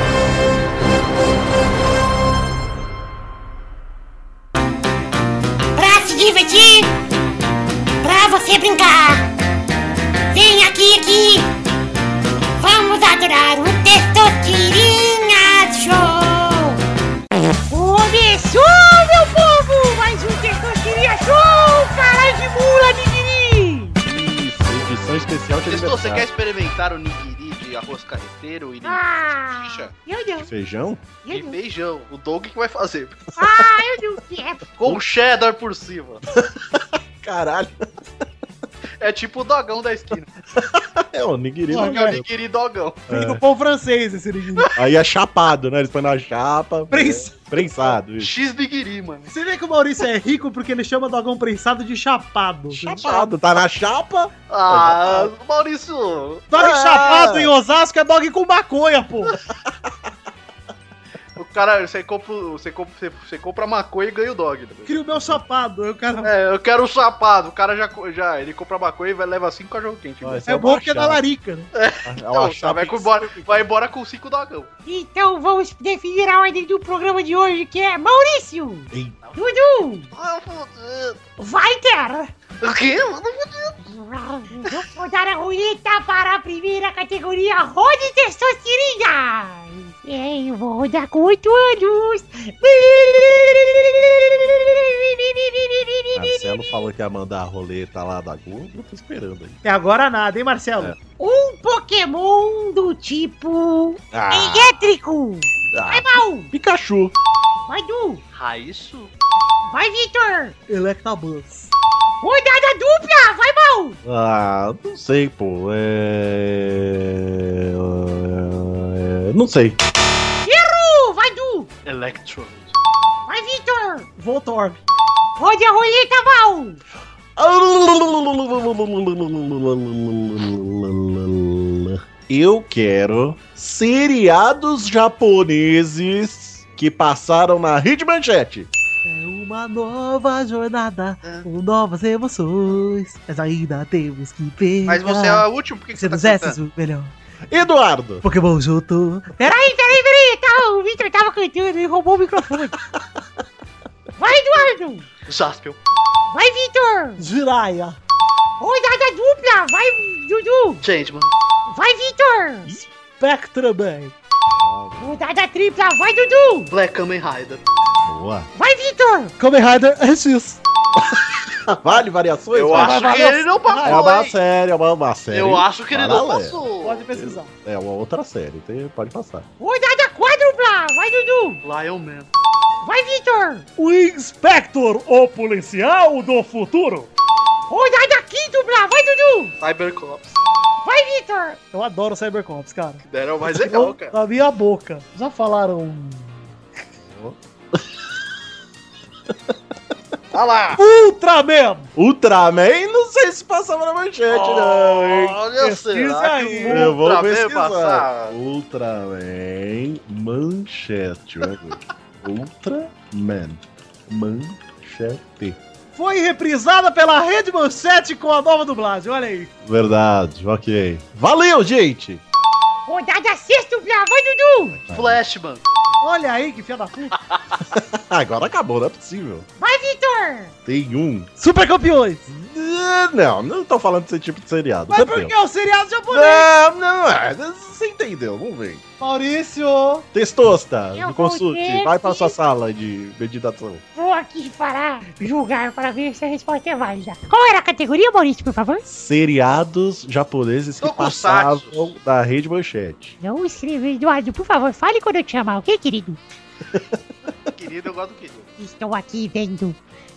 Pra se divertir, pra você brincar, vem aqui, aqui, vamos adorar o Testosterinha Show! Começou, meu povo, mais um Testosterinha Show, caralho de mula, Nigiri! Isso, edição especial de Testou, você quer aniversário. experimentar o nigiri de arroz carreteiro e de Ah, Ficha. eu não, Feijão? eu não, feijão? O Doug que vai fazer. ah, eu não quero. Com cheddar por cima. Caralho. É tipo o dogão da esquina. É, o nigiri. Só não que é o é. nigiri dogão. Vem do pão francês esse Nigiri. Aí é chapado, né? Eles põem na chapa. Prensa. É, prensado. isso. X nigiri, mano. Você vê que o Maurício é rico porque ele chama dogão prensado de chapado. Chapado. Tá na chapa? Ah, Maurício, Dog Ah. chapado em Osasco é dog com maconha, pô. o cara, você compra, você compra, você- você compra maconha e ganha o dog. né? Cria o meu chapado. Aí o cara. É, eu quero o chapado. O cara já, co- já ele compra maconha e vai levar cinco cachorro quente. Ah, esse É, bom porque é da chapa. larica, né? É Não, uma tá, chapa. vai, com embora, vai embora com cinco dogão. Então vamos definir a ordem do programa de hoje, que é Maurício! Ei. Dudu! Ah, fudeu. Vai ter! O quê? Vou dar a roleta para a primeira categoria Rode Testosterinha! Eu vou rodar com oito anos! Marcelo falou que ia mandar a roleta lá da Globo. Eu tô esperando aí. Até É agora nada, hein, Marcelo? É. Um Pokémon do tipo Ah, elétrico! Vai, ah, Mal! Pikachu. Vai, Du! Raísso? Vai, Vitor! Electabuzz. Rodada dupla! Vai, Mal! Ah, não sei, pô. É... é, Não sei. Errou! Vai, Du! Electro. Vai, Vitor! Voltorb. Rode a roleta, Mal! Eu quero seriados japoneses que passaram na Rede Manchete. É uma nova jornada, É. com novas emoções, mas ainda temos que pegar. Mas você é o último, por que, que Se você tá nos é cantando? o melhor. Eduardo. Pokémon junto. Peraí, peraí, peraí! Tá, o Vitor tava cantando e roubou o microfone. Vai, Eduardo! Jaspion. Vai, Vitor! Jiraya. Rodada dupla! Vai, Dudu! Gente, mano. Vai, Vitor! Spectra Man. Rodada tripla! Vai, Dudu! Black Kamen Rider. Boa. Vai, Vitor! Kamen Rider é RX. Vale variações? Eu Vale. acho que um ele não É passou, uma hein? série, é uma, uma série. Eu acho que ele não Paralela. passou. Pode pesquisar. É uma outra série, tem- pode passar. Rodada quádrupla! Vai, Dudu! Lion Man. Vai, Vitor! O Inspector, o policial do futuro. Rodada quíntupla! Vai, Dudu! Cybercops. Vai, Vitor! Eu adoro Cybercops, cara. Deram o mais é legal, Eu- cara. Na minha boca. Já falaram. Olha lá! Ultraman! Ultraman, não sei se passava na manchete, não, hein? Olha, Ah, Pesquisa será aí. que o Eu vou Ultraman pesquisar. passava? Ultraman manchete, vai ver. Ultraman manchete. Foi reprisada pela Rede Manchete com a nova dublagem, olha aí. Verdade, ok. Valeu, gente! Rodada sexta, Blá, vai, Dudu! Flashman. Olha aí, que filha da puta. Agora acabou, não é possível. Vai, Vitor! Tem um. Super campeões. Ah, Não, não tô falando desse tipo de seriado. Mas você por tem. que é o seriado japonês? Não, não, é, você entendeu, vamos ver. Maurício. Testosta, Eu me consulte, vou vai pra sua ter- sala de meditação. Vou aqui parar, julgar para ver se a resposta é válida. Qual era a categoria, Maurício, por favor? seriados japoneses que Tokusatsu. passavam da Rede Manchete. Não escreveu, Eduardo, por favor, fale quando eu te chamar, ok, querido? Querido, eu gosto do querido. Estou aqui vendo.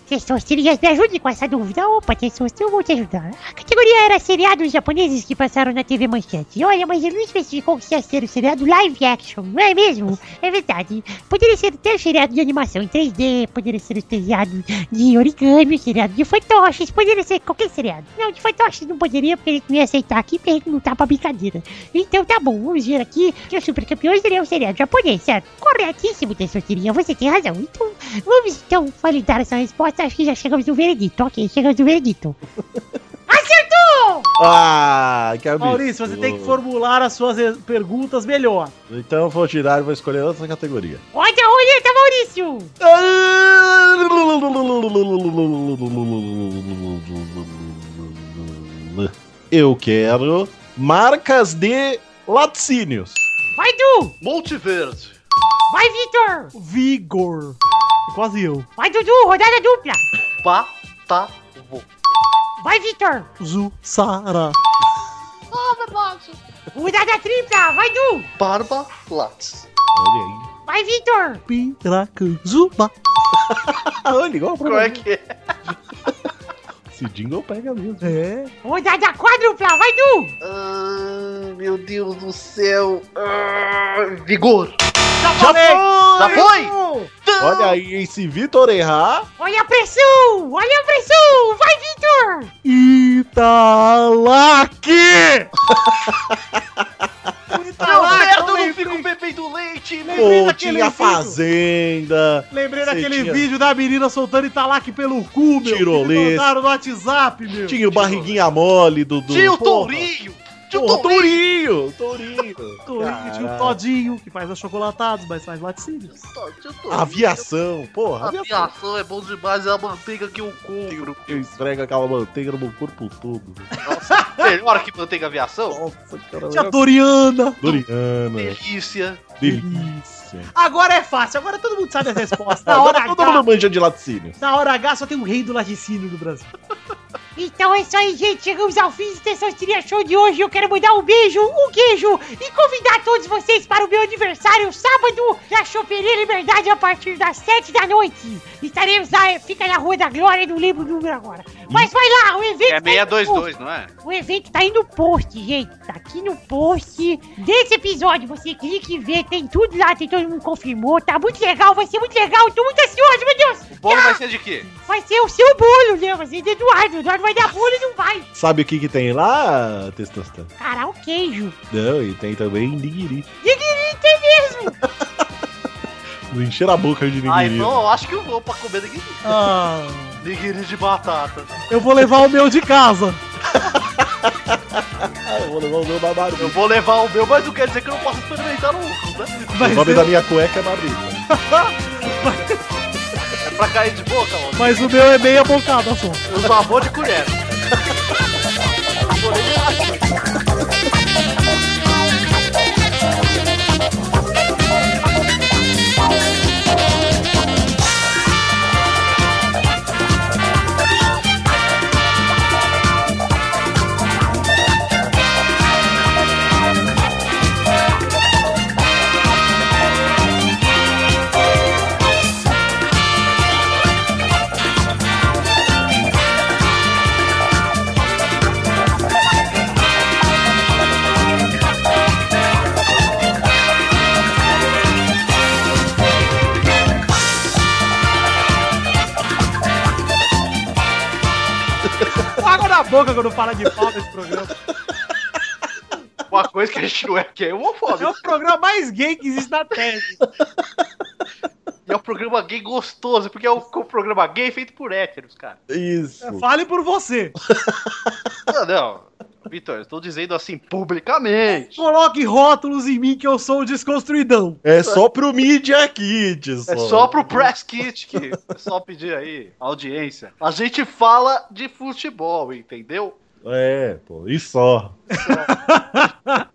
Testosterinhas, me ajude com essa dúvida. Opa, Testosterinha, eu vou te ajudar. A categoria era seriados japoneses que passaram na TV Manchete. E Olha, mas ele não especificou que ia ser o seriado live action, não é mesmo? É verdade. Poderia ser até o seriado de animação em 3D, poderia ser o seriado de origami, o seriado de fantoches, poderia ser qualquer seriado. Não, de fantoches não poderia, porque ele não ia aceitar aqui, porque ele não tá pra brincadeira. Então tá bom, vamos ver aqui que o Super Campeões ele é um seriado japonês, certo? Corretíssimo, Testosterinha, você tem razão. Então Vamos então validar essa resposta. Acho que já chegamos no veredito. Ok, chegamos no veredito. Acertou! Ah, que absurdo. Maurício, você tem que formular as suas eh, perguntas melhor. Então eu vou tirar e vou escolher outra categoria. Olha a roleta, Maurício! Eu quero marcas de laticínios. Vai, Du! Monte Verde. Vai, Vitor! Vigor. Quase eu. Vai, Dudu! Rodada dupla! Patavô. Vai, Vitor! Jussara. Rodada tripla! Vai, Du! Barba Lattes. Olha aí. Vai, Vitor! Piracanjuba. Ah, olha, igual Como é que é? Esse jingle pega mesmo. É. Rodada quádrupla! Vai, Du! Ah, meu Deus do céu. Ah, vigor. Já falei. Já foi? Olha aí, hein, se Vitor errar, Olha a pressão! Olha a pressão! Vai, Vitor! Italac! tá Meu Caraca, dedo não lembrei- fica o Pepe do Leite. meu. Lembrei Pô, daquele tinha vídeo. Fazenda. Lembrei Você daquele tinha- vídeo da menina soltando Italac pelo cu, meu. Tirolesa. Que me mandaram no WhatsApp, meu. Tinha o barriguinha mole do. do Tinha o porra. Tourinho. Tinha o Porra, Tourinho. Tourinho! Tourinho! Torinho, Tinha o Caraca. Todinho, que faz achocolatados, mas faz laticínios. Tinha o Tourinho. Aviação! Porra, A aviação! ação é bom demais, é a manteiga que eu compro. Eu esfrego aquela manteiga no meu corpo todo. Melhor que manteiga aviação? Nossa, cara. Tinha a Doriana. Doriana, Delícia. delícia. Agora é fácil, agora todo mundo sabe a resposta. Na hora Agora todo H, mundo manja de laticínio. na hora H só tem um rei do laticínio do Brasil. Então é isso aí, gente. Chegamos ao fim do Testosterinha Show de hoje. Eu quero mandar um beijo, um queijo e convidar todos vocês para o meu aniversário, sábado, na Choperia Liberdade, a partir das 7 da noite. Estaremos lá, fica na Rua da Glória, não lembro o número agora. Mas vai lá, o É evento. tá indo no post. 622, não é? O evento tá aí no post, gente. Tá aqui no post desse episódio. Você clica e vê, tem tudo lá, tem todo mundo confirmou. Tá muito legal, vai ser muito legal. Tô muito ansioso, meu Deus! O bolo vai ser de quê? Vai ser o seu bolo, né? Vai ser de Eduardo. Eduardo vai dar bolo e não vai. Sabe o que que tem lá, Testosterone? Cara, o queijo. Não, e tem também nigiri. Nigiri tem mesmo! Não encher a boca de Ah, nigiri. então eu acho que eu vou pra comer nigiri. Ah, Nigiri de batata. eu vou levar o meu de casa. Ah, eu vou levar o meu babado. Eu vou levar o meu, mas não quer dizer que eu não posso experimentar o outro, né? O Vai nome ser- da minha cueca é Babica. É pra cair de boca, mano. Mas o meu é meia bocada só. Eu sou avô de colher. Thank boca quando fala de pau nesse programa. Uma coisa que a gente não é que é É homofóbico. o programa mais gay que existe na Terra. E é um programa gay gostoso, porque é um, um programa gay feito por héteros, cara. Isso. Fale por você. Não, não. Vitor, eu tô dizendo assim publicamente. Coloque rótulos em mim que eu sou o desconstruidão. É só pro Media Kids. É só pro Press Kit que é só pedir aí audiência. A gente fala de futebol, entendeu? É, pô, e só.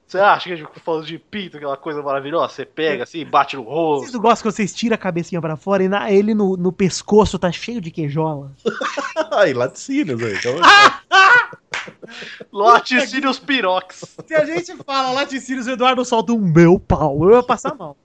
Você acha que a gente fica falando de pinto, aquela coisa maravilhosa? Você pega assim, bate no Vocês rosto. não gostam que vocês tiram a cabecinha pra fora e na- ele no, no pescoço tá cheio de queijola? Aí, laticínios aí. Então, Laticínios Pirox. Se a gente fala laticínios, o Eduardo solta um meu pau, eu ia passar mal.